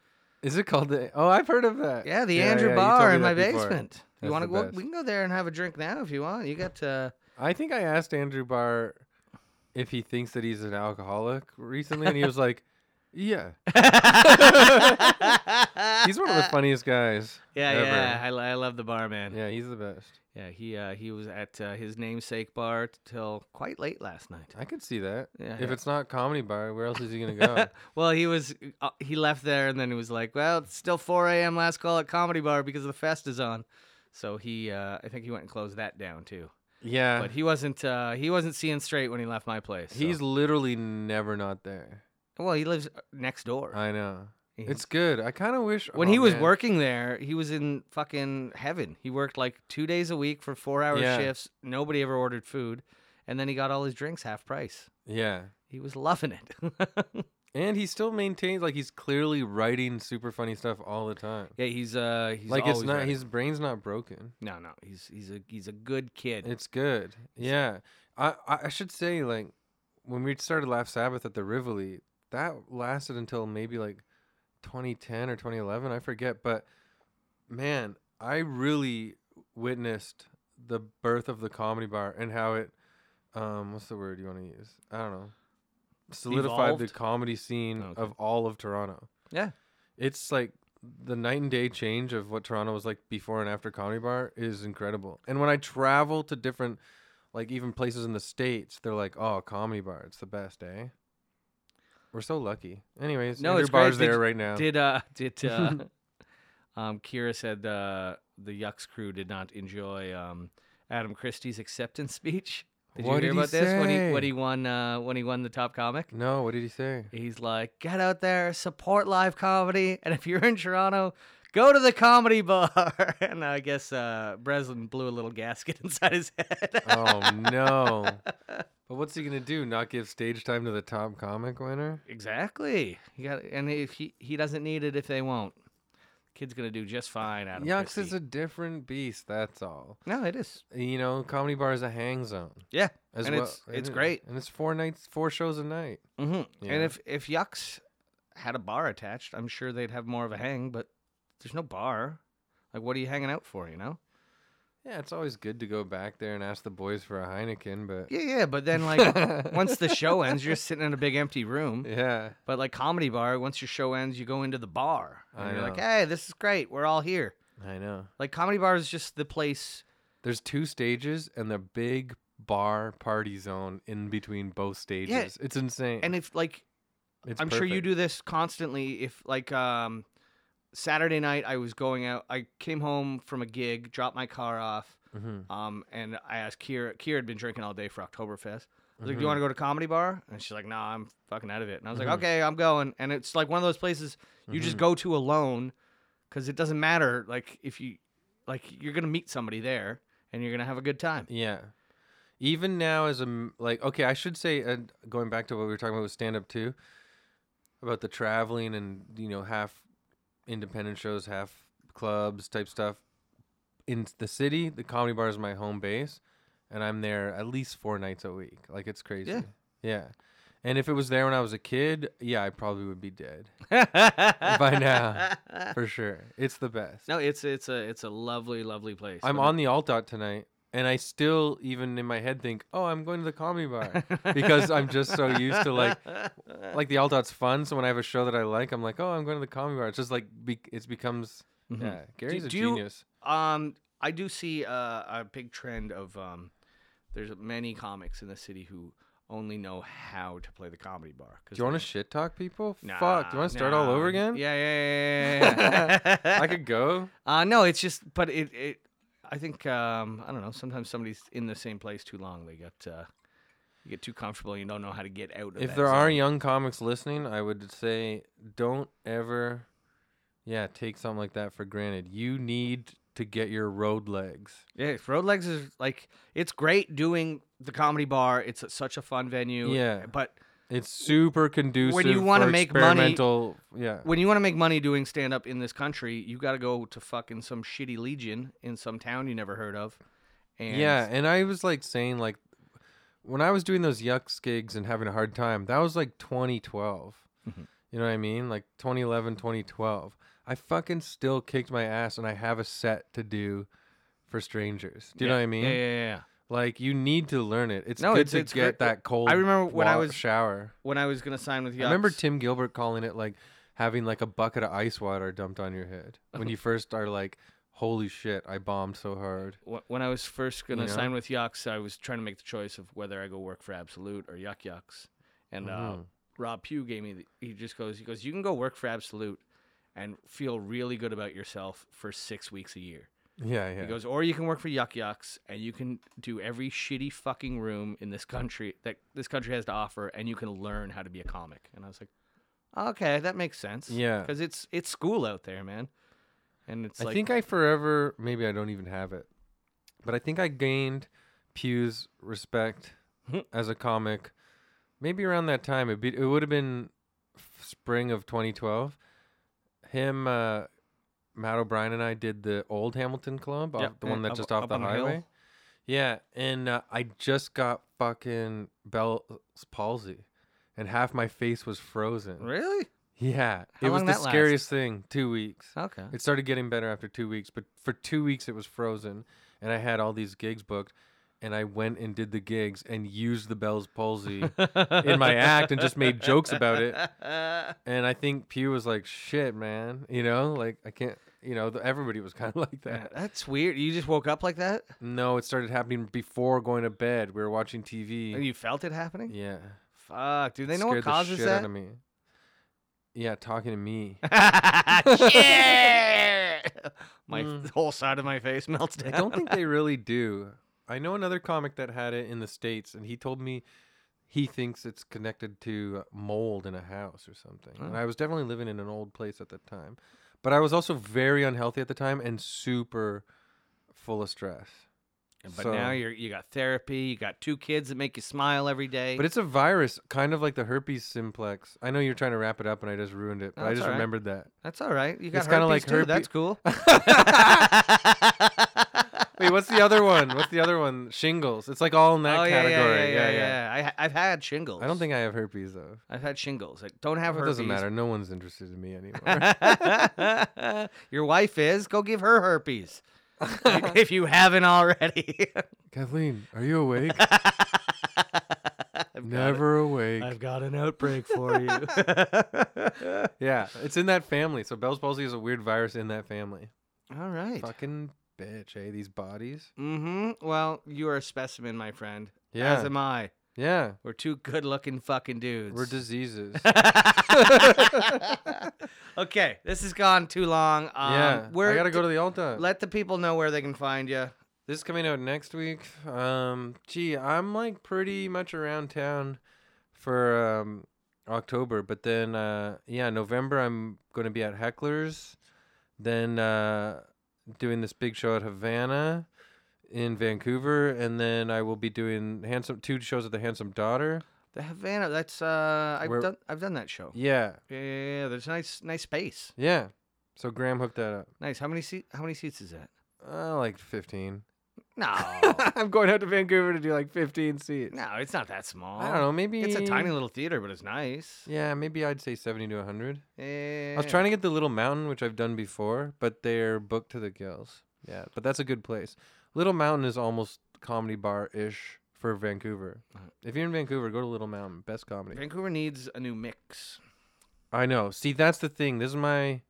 Speaker 3: Is it called the? Oh, I've heard of that.
Speaker 2: Yeah, the
Speaker 3: yeah,
Speaker 2: Andrew
Speaker 3: you told
Speaker 2: Bar
Speaker 3: me
Speaker 2: in my
Speaker 3: that before.
Speaker 2: basement. You
Speaker 3: That's
Speaker 2: want to
Speaker 3: the
Speaker 2: go?
Speaker 3: best.
Speaker 2: We can go there and have a drink now if you want. You got uh,
Speaker 3: I think I asked Andrew Barr if he thinks that he's an alcoholic recently, and he was like, "Yeah." he's one of the funniest guys.
Speaker 2: Yeah,
Speaker 3: ever.
Speaker 2: yeah. I, lo- I love the barman. Yeah,
Speaker 3: Yeah, he's the best.
Speaker 2: yeah he uh, he was at uh, his namesake bar t- till quite late last night.
Speaker 3: I could see that.
Speaker 2: Yeah,
Speaker 3: if
Speaker 2: yeah.
Speaker 3: it's not comedy bar, where else is he gonna go?
Speaker 2: well, he was uh, he left there and then he was like, "Well, it's still 4 a.m. Last call at comedy bar because the fest is on." So he, uh, I think he went and closed that down too.
Speaker 3: yeah,
Speaker 2: But he wasn't uh, he wasn't seeing straight when he left my place. so-
Speaker 3: he's literally never not there.
Speaker 2: well, he lives uh, next door.
Speaker 3: I know.
Speaker 2: You know?
Speaker 3: It's good. I kind of wish
Speaker 2: when
Speaker 3: oh,
Speaker 2: he was
Speaker 3: man.
Speaker 2: working there, he was in fucking heaven. He worked like two days a week for four hour
Speaker 3: Yeah.
Speaker 2: shifts. Nobody ever ordered food, and then he got all his drinks half price.
Speaker 3: Yeah.
Speaker 2: He was loving it.
Speaker 3: And he still maintains like he's clearly writing super funny stuff all the time.
Speaker 2: yeah, he's uh, he's
Speaker 3: like it's
Speaker 2: always
Speaker 3: not
Speaker 2: ready.
Speaker 3: his brain's not broken.
Speaker 2: no, no, he's he's a he's a good kid.
Speaker 3: It's good. Yeah. I I I should say like when we started Laugh Sabbath at the Rivoli, that lasted until maybe like 2010 or 2011, I forget, but man, I really witnessed the birth of the comedy bar and how it um what's the word you want to use? I don't know. Solidified the
Speaker 2: Evolved?
Speaker 3: comedy scene
Speaker 2: Oh, Okay.
Speaker 3: of all of Toronto.
Speaker 2: Yeah.
Speaker 3: It's like the night and day change of what Toronto was like before and after Comedy Bar is incredible. And when I travel to different, like even places in the states, they're like, "Oh, Comedy Bar, it's the best, eh?" We're so lucky. Anyways,
Speaker 2: No,
Speaker 3: no, Andrew
Speaker 2: it's great.
Speaker 3: Bar's
Speaker 2: Did-
Speaker 3: there right now.
Speaker 2: Did uh did uh um Kira said uh the Yucks crew did not enjoy um Adam Christie's acceptance speech. Did
Speaker 3: What
Speaker 2: you hear
Speaker 3: did he
Speaker 2: about this when he when
Speaker 3: say?
Speaker 2: he won uh when he won the top comic?
Speaker 3: no, what did he say?
Speaker 2: He's like, "Get out there, support live comedy, and if you're in Toronto, go to the comedy bar." And I guess uh Breslin blew a little gasket inside his head.
Speaker 3: oh no! But what's he gonna do? Not give stage time to the top comic winner?
Speaker 2: exactly. You got and if he he doesn't need it if they won't. Kid's going to do just fine, Adam.
Speaker 3: Yucks
Speaker 2: Christie.
Speaker 3: is a different beast. That's all.
Speaker 2: No, it is.
Speaker 3: You know, Comedy Bar is a hang zone.
Speaker 2: Yeah.
Speaker 3: As
Speaker 2: And
Speaker 3: well,
Speaker 2: it's-
Speaker 3: It
Speaker 2: it's
Speaker 3: is.
Speaker 2: great.
Speaker 3: and it's four nights, four shows a night.
Speaker 2: hmm
Speaker 3: Yeah.
Speaker 2: And if if Yucks had a bar attached, I'm sure they'd have more of a hang. But there's no bar. Like, what are you hanging out for? You know?
Speaker 3: Yeah, it's always good to go back there and ask the boys for a Heineken, but
Speaker 2: Yeah, yeah. But then like once the show ends, you're just sitting in a big empty room.
Speaker 3: yeah,
Speaker 2: But like comedy bar, once your show ends, you go into the bar and
Speaker 3: I
Speaker 2: you're like,
Speaker 3: know.
Speaker 2: hey, this is great. We're all here.
Speaker 3: I know.
Speaker 2: Like comedy bar is just the place.
Speaker 3: There's two stages and the big bar party zone in between both stages. It's insane.
Speaker 2: And if like
Speaker 3: it's
Speaker 2: I'm sure you
Speaker 3: perfect.
Speaker 2: do this constantly. If like um, Saturday night, I was going out. I came home from a gig, dropped my car off.
Speaker 3: Mhm.
Speaker 2: Um, and I asked Kira. Kira had been drinking all day for Oktoberfest. I was like, "Do
Speaker 3: Mhm.
Speaker 2: you want to go to comedy bar?" And she's like, "Nah, I'm fucking out of it." And I was
Speaker 3: Mhm.
Speaker 2: like, "Okay, I'm going." And it's like one of those places you just
Speaker 3: Mhm.
Speaker 2: go to alone, because it doesn't matter. Like if you, like you're gonna meet somebody there and you're gonna have a good time.
Speaker 3: Yeah. Even now, as a m- like, okay, I should say, uh, going back to what we were talking about with stand up too, about the traveling and you know half independent shows, half clubs type stuff. In the city, the comedy bar is my home base, and I'm there at least four nights a week. Like it's crazy. Yeah. And if it was there when I was a kid, yeah, I probably would be dead by now, for sure. It's the best.
Speaker 2: No, it's it's a it's a lovely lovely place.
Speaker 3: I'm
Speaker 2: But-
Speaker 3: on the alt dot tonight, and I still, even in my head, think, "Oh, I'm going to the comedy bar," because I'm just so used to like, like the alt dot's fun. So when I have a show that I like, I'm like, "Oh, I'm going to the comedy bar." It's just like be- it becomes.
Speaker 2: Mhm.
Speaker 3: Yeah, Gary's a
Speaker 2: do you-
Speaker 3: genius.
Speaker 2: Um, I do see uh, a big trend of um, there's many comics in the city who only know how to play the comedy bar.
Speaker 3: Do you want to shit talk people? Fuck. Do you want to start all over again?
Speaker 2: Yeah, yeah, yeah. yeah, yeah.
Speaker 3: I could go.
Speaker 2: Uh, no, it's just, but it, it. I think um, I don't know. Sometimes somebody's in the same place too long. They get uh, you get too comfortable. You don't know how to get out. of
Speaker 3: If
Speaker 2: that
Speaker 3: there are
Speaker 2: zone.
Speaker 3: young comics listening, I would say don't ever, yeah, take something like that for granted. You need to get your road legs.
Speaker 2: yeah, road legs is like it's great doing the comedy bar. It's such a fun venue.
Speaker 3: Yeah.
Speaker 2: but
Speaker 3: It's super conducive
Speaker 2: you
Speaker 3: want
Speaker 2: wanna
Speaker 3: to
Speaker 2: make money-
Speaker 3: Yeah,
Speaker 2: when you want to make money doing stand up in this country, you got to go to fucking some shitty legion in some town you never heard of. And
Speaker 3: yeah. And I was like saying like, when I was doing those yucks gigs and having a hard time, that was like 2012.
Speaker 2: Mm-hmm.
Speaker 3: You know what I mean? Like 2011, 2012. I fucking still kicked my ass, and I have a set to do for strangers. Do you know what I mean?
Speaker 2: Yeah, yeah, yeah, yeah.
Speaker 3: Like you need to learn it. It's
Speaker 2: No,
Speaker 3: good
Speaker 2: it's-
Speaker 3: to
Speaker 2: it's
Speaker 3: get
Speaker 2: great.
Speaker 3: that cold.
Speaker 2: I remember when I
Speaker 3: wa-
Speaker 2: was-
Speaker 3: shower.
Speaker 2: When I was gonna sign with you,
Speaker 3: I remember Tim Gilbert calling it like having like a bucket of ice water dumped on your head when you first are like, "Holy shit, I bombed so hard."
Speaker 2: when I was first gonna
Speaker 3: You know?
Speaker 2: sign with Yucks, I was trying to make the choice of whether I go work for Absolute or Yuck Yucks. And uh,
Speaker 3: Mhm.
Speaker 2: Rob Pugh gave me. The, he just goes. He goes. You can go work for Absolute, and feel really good about yourself for six weeks a year.
Speaker 3: Yeah, yeah.
Speaker 2: He goes, or you can work for Yuck Yucks and you can do every shitty fucking room in this country that this country has to offer and you can learn how to be a comic. And I was like, Okay, that makes sense.
Speaker 3: Yeah.
Speaker 2: because it's it's school out there, man. And it's
Speaker 3: I
Speaker 2: like
Speaker 3: think I forever maybe I don't even have it, but I think I gained Pew's respect
Speaker 2: Hmm.
Speaker 3: as a comic. Maybe around that time, it be, it would have been f- spring of 2012. Him, uh, Matt O'Brien, and I did the old Hamilton Club, off,
Speaker 2: Yep,
Speaker 3: the one
Speaker 2: and
Speaker 3: that's
Speaker 2: up-
Speaker 3: just off
Speaker 2: up
Speaker 3: the
Speaker 2: on the hill.
Speaker 3: highway. yeah, and uh, I just got fucking Bell's palsy, and half my face was frozen.
Speaker 2: really
Speaker 3: Yeah,
Speaker 2: How
Speaker 3: it was
Speaker 2: long
Speaker 3: the
Speaker 2: that last?
Speaker 3: scariest thing. Two weeks.
Speaker 2: okay.
Speaker 3: It started getting better after two weeks, but for two weeks it was frozen, and I had all these gigs booked, and I went and did the gigs and used the Bell's palsy in my act and just made jokes about it. And I think Pew was like, "Shit, man, you know, like I can't, you know." th- Everybody was kind of like
Speaker 2: Yeah,
Speaker 3: that.
Speaker 2: that's weird. You just woke up like that,
Speaker 3: No, it started happening before going to bed. We were watching
Speaker 2: and
Speaker 3: TV.
Speaker 2: you felt it happening.
Speaker 3: Yeah,
Speaker 2: Fuck, dude. They know
Speaker 3: Scared
Speaker 2: what
Speaker 3: the
Speaker 2: causes
Speaker 3: shit
Speaker 2: that.
Speaker 3: Out of me. Yeah, talking to me.
Speaker 2: Shit! my whole side of my face melts
Speaker 3: Mm. I
Speaker 2: down.
Speaker 3: don't think they really do. I know another comic that had it in the states, and he told me he thinks it's connected to mold in a house or something.
Speaker 2: Oh.
Speaker 3: And I was definitely living in an old place at that time, but I was also very unhealthy at the time and super full of stress.
Speaker 2: But
Speaker 3: So-
Speaker 2: now you're you got therapy. You got two kids that make you smile every day.
Speaker 3: But it's a virus, kind of like the herpes simplex. I know you're trying to wrap it up, and I just ruined it. But
Speaker 2: No,
Speaker 3: I
Speaker 2: it's
Speaker 3: just
Speaker 2: Oh, all right.
Speaker 3: remembered that.
Speaker 2: that's all right. You got
Speaker 3: it's
Speaker 2: kind
Speaker 3: kinda
Speaker 2: of
Speaker 3: like herpe-
Speaker 2: That's cool.
Speaker 3: Wait, what's the other one? What's the other one? Shingles. It's like all in that
Speaker 2: oh, yeah, yeah,
Speaker 3: category.
Speaker 2: Yeah, yeah, yeah. I, ha- I've had shingles.
Speaker 3: I don't think I have herpes though.
Speaker 2: I've had shingles. I don't have
Speaker 3: Well, It
Speaker 2: herpes.
Speaker 3: doesn't matter. No one's interested in me anymore.
Speaker 2: matter. Your wife is. Go give her herpes if you haven't already.
Speaker 3: Kathleen, are you awake?
Speaker 2: I've got
Speaker 3: Never awake.
Speaker 2: got an outbreak for you.
Speaker 3: Yeah, it's in that family. So Bell's palsy is a weird virus in that family.
Speaker 2: All right.
Speaker 3: Fucking bitch, eh? These bodies.
Speaker 2: Mm-hmm. Well, you are a specimen, my friend.
Speaker 3: Yeah.
Speaker 2: As am I.
Speaker 3: Yeah,
Speaker 2: We're two good-looking fucking dudes.
Speaker 3: we're diseases.
Speaker 2: okay, this has gone too long. Um,
Speaker 3: yeah,
Speaker 2: we're
Speaker 3: I gotta go to the altar.
Speaker 2: Let the people know where they can find you.
Speaker 3: this is coming out next week. Um, gee, I'm like pretty much around town for um October, but then uh yeah, November I'm gonna be at Heckler's, then uh doing this big show at Havana in Vancouver, and then I will be doing handsome two shows at the Handsome Daughter.
Speaker 2: The Havana. That's uh, I've
Speaker 3: Where-
Speaker 2: done. I've done that show.
Speaker 3: Yeah,
Speaker 2: Yeah, yeah, yeah, There's nice, nice space.
Speaker 3: yeah. So Graham hooked that up.
Speaker 2: Nice. How many seat? How many seats is that?
Speaker 3: Uh, like fifteen.
Speaker 2: No,
Speaker 3: I'm going out to Vancouver to do like fifteen seats.
Speaker 2: no, it's not that small.
Speaker 3: I don't know, maybe
Speaker 2: It's a tiny little theater, but it's nice.
Speaker 3: Yeah, maybe I'd say seventy to hundred.
Speaker 2: Yeah.
Speaker 3: I was trying to get the Little Mountain, which I've done before, but they're booked to the gills. Yeah, but that's a good place. Little Mountain is almost comedy bar ish for Vancouver. If you're in Vancouver, go to Little Mountain. Best comedy.
Speaker 2: Vancouver needs a new mix.
Speaker 3: I know. See, that's the thing. This is my.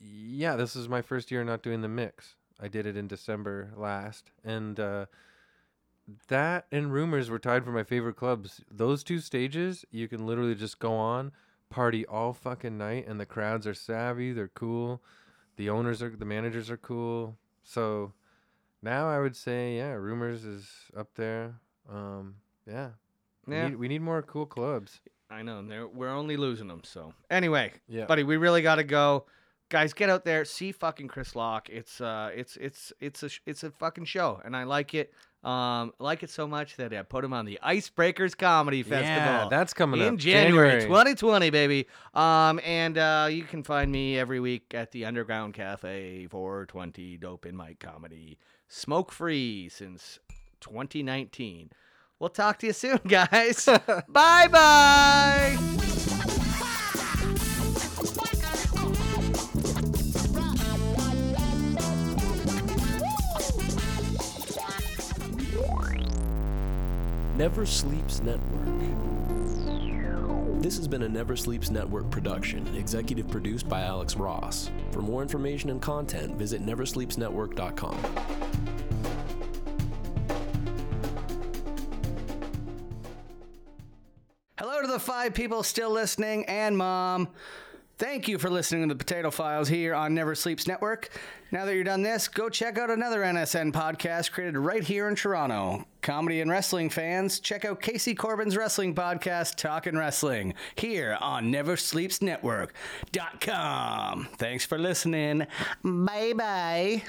Speaker 3: Yeah, this is my first year not doing the mix. I did it in December last, and uh, that and rumors were tied for my favorite clubs. Those two stages, you can literally just go on, party all fucking night, and the crowds are savvy. They're cool. The owners are, the managers are cool. So now I would say, yeah, rumors is up there. Um, yeah,
Speaker 2: Yeah.
Speaker 3: We, need, we need more cool clubs.
Speaker 2: I know. and They're, we're only losing them. So anyway,
Speaker 3: Yeah.
Speaker 2: buddy, we really got to go. Guys, get out there, see fucking Chris Lock. It's uh, it's it's it's a sh- it's a fucking show, and I like it. Um, I like it so much that I put him on the Icebreakers Comedy Festival.
Speaker 3: Yeah, that's coming
Speaker 2: in
Speaker 3: up
Speaker 2: January, 2020, baby. Um, and uh, you can find me every week at the Underground Cafe 420 Dope in Mike Comedy, smoke free since 2019. We'll talk to you soon, guys. bye bye.
Speaker 5: Never Sleeps Network. This has been a Never Sleeps Network production, executive produced by Alex Ross. For more information and content, visit neversleepsnetwork.com.
Speaker 2: Hello to the five people still listening and mom. Thank you for listening to the Potato Files here on Never Sleeps Network. Now that you're done this, go check out another NSN podcast created right here in Toronto. Comedy and wrestling fans, check out Casey Corbin's wrestling podcast, Talkin' Wrestling, here on NeverSleepsNetwork.com. Thanks for listening. Bye bye.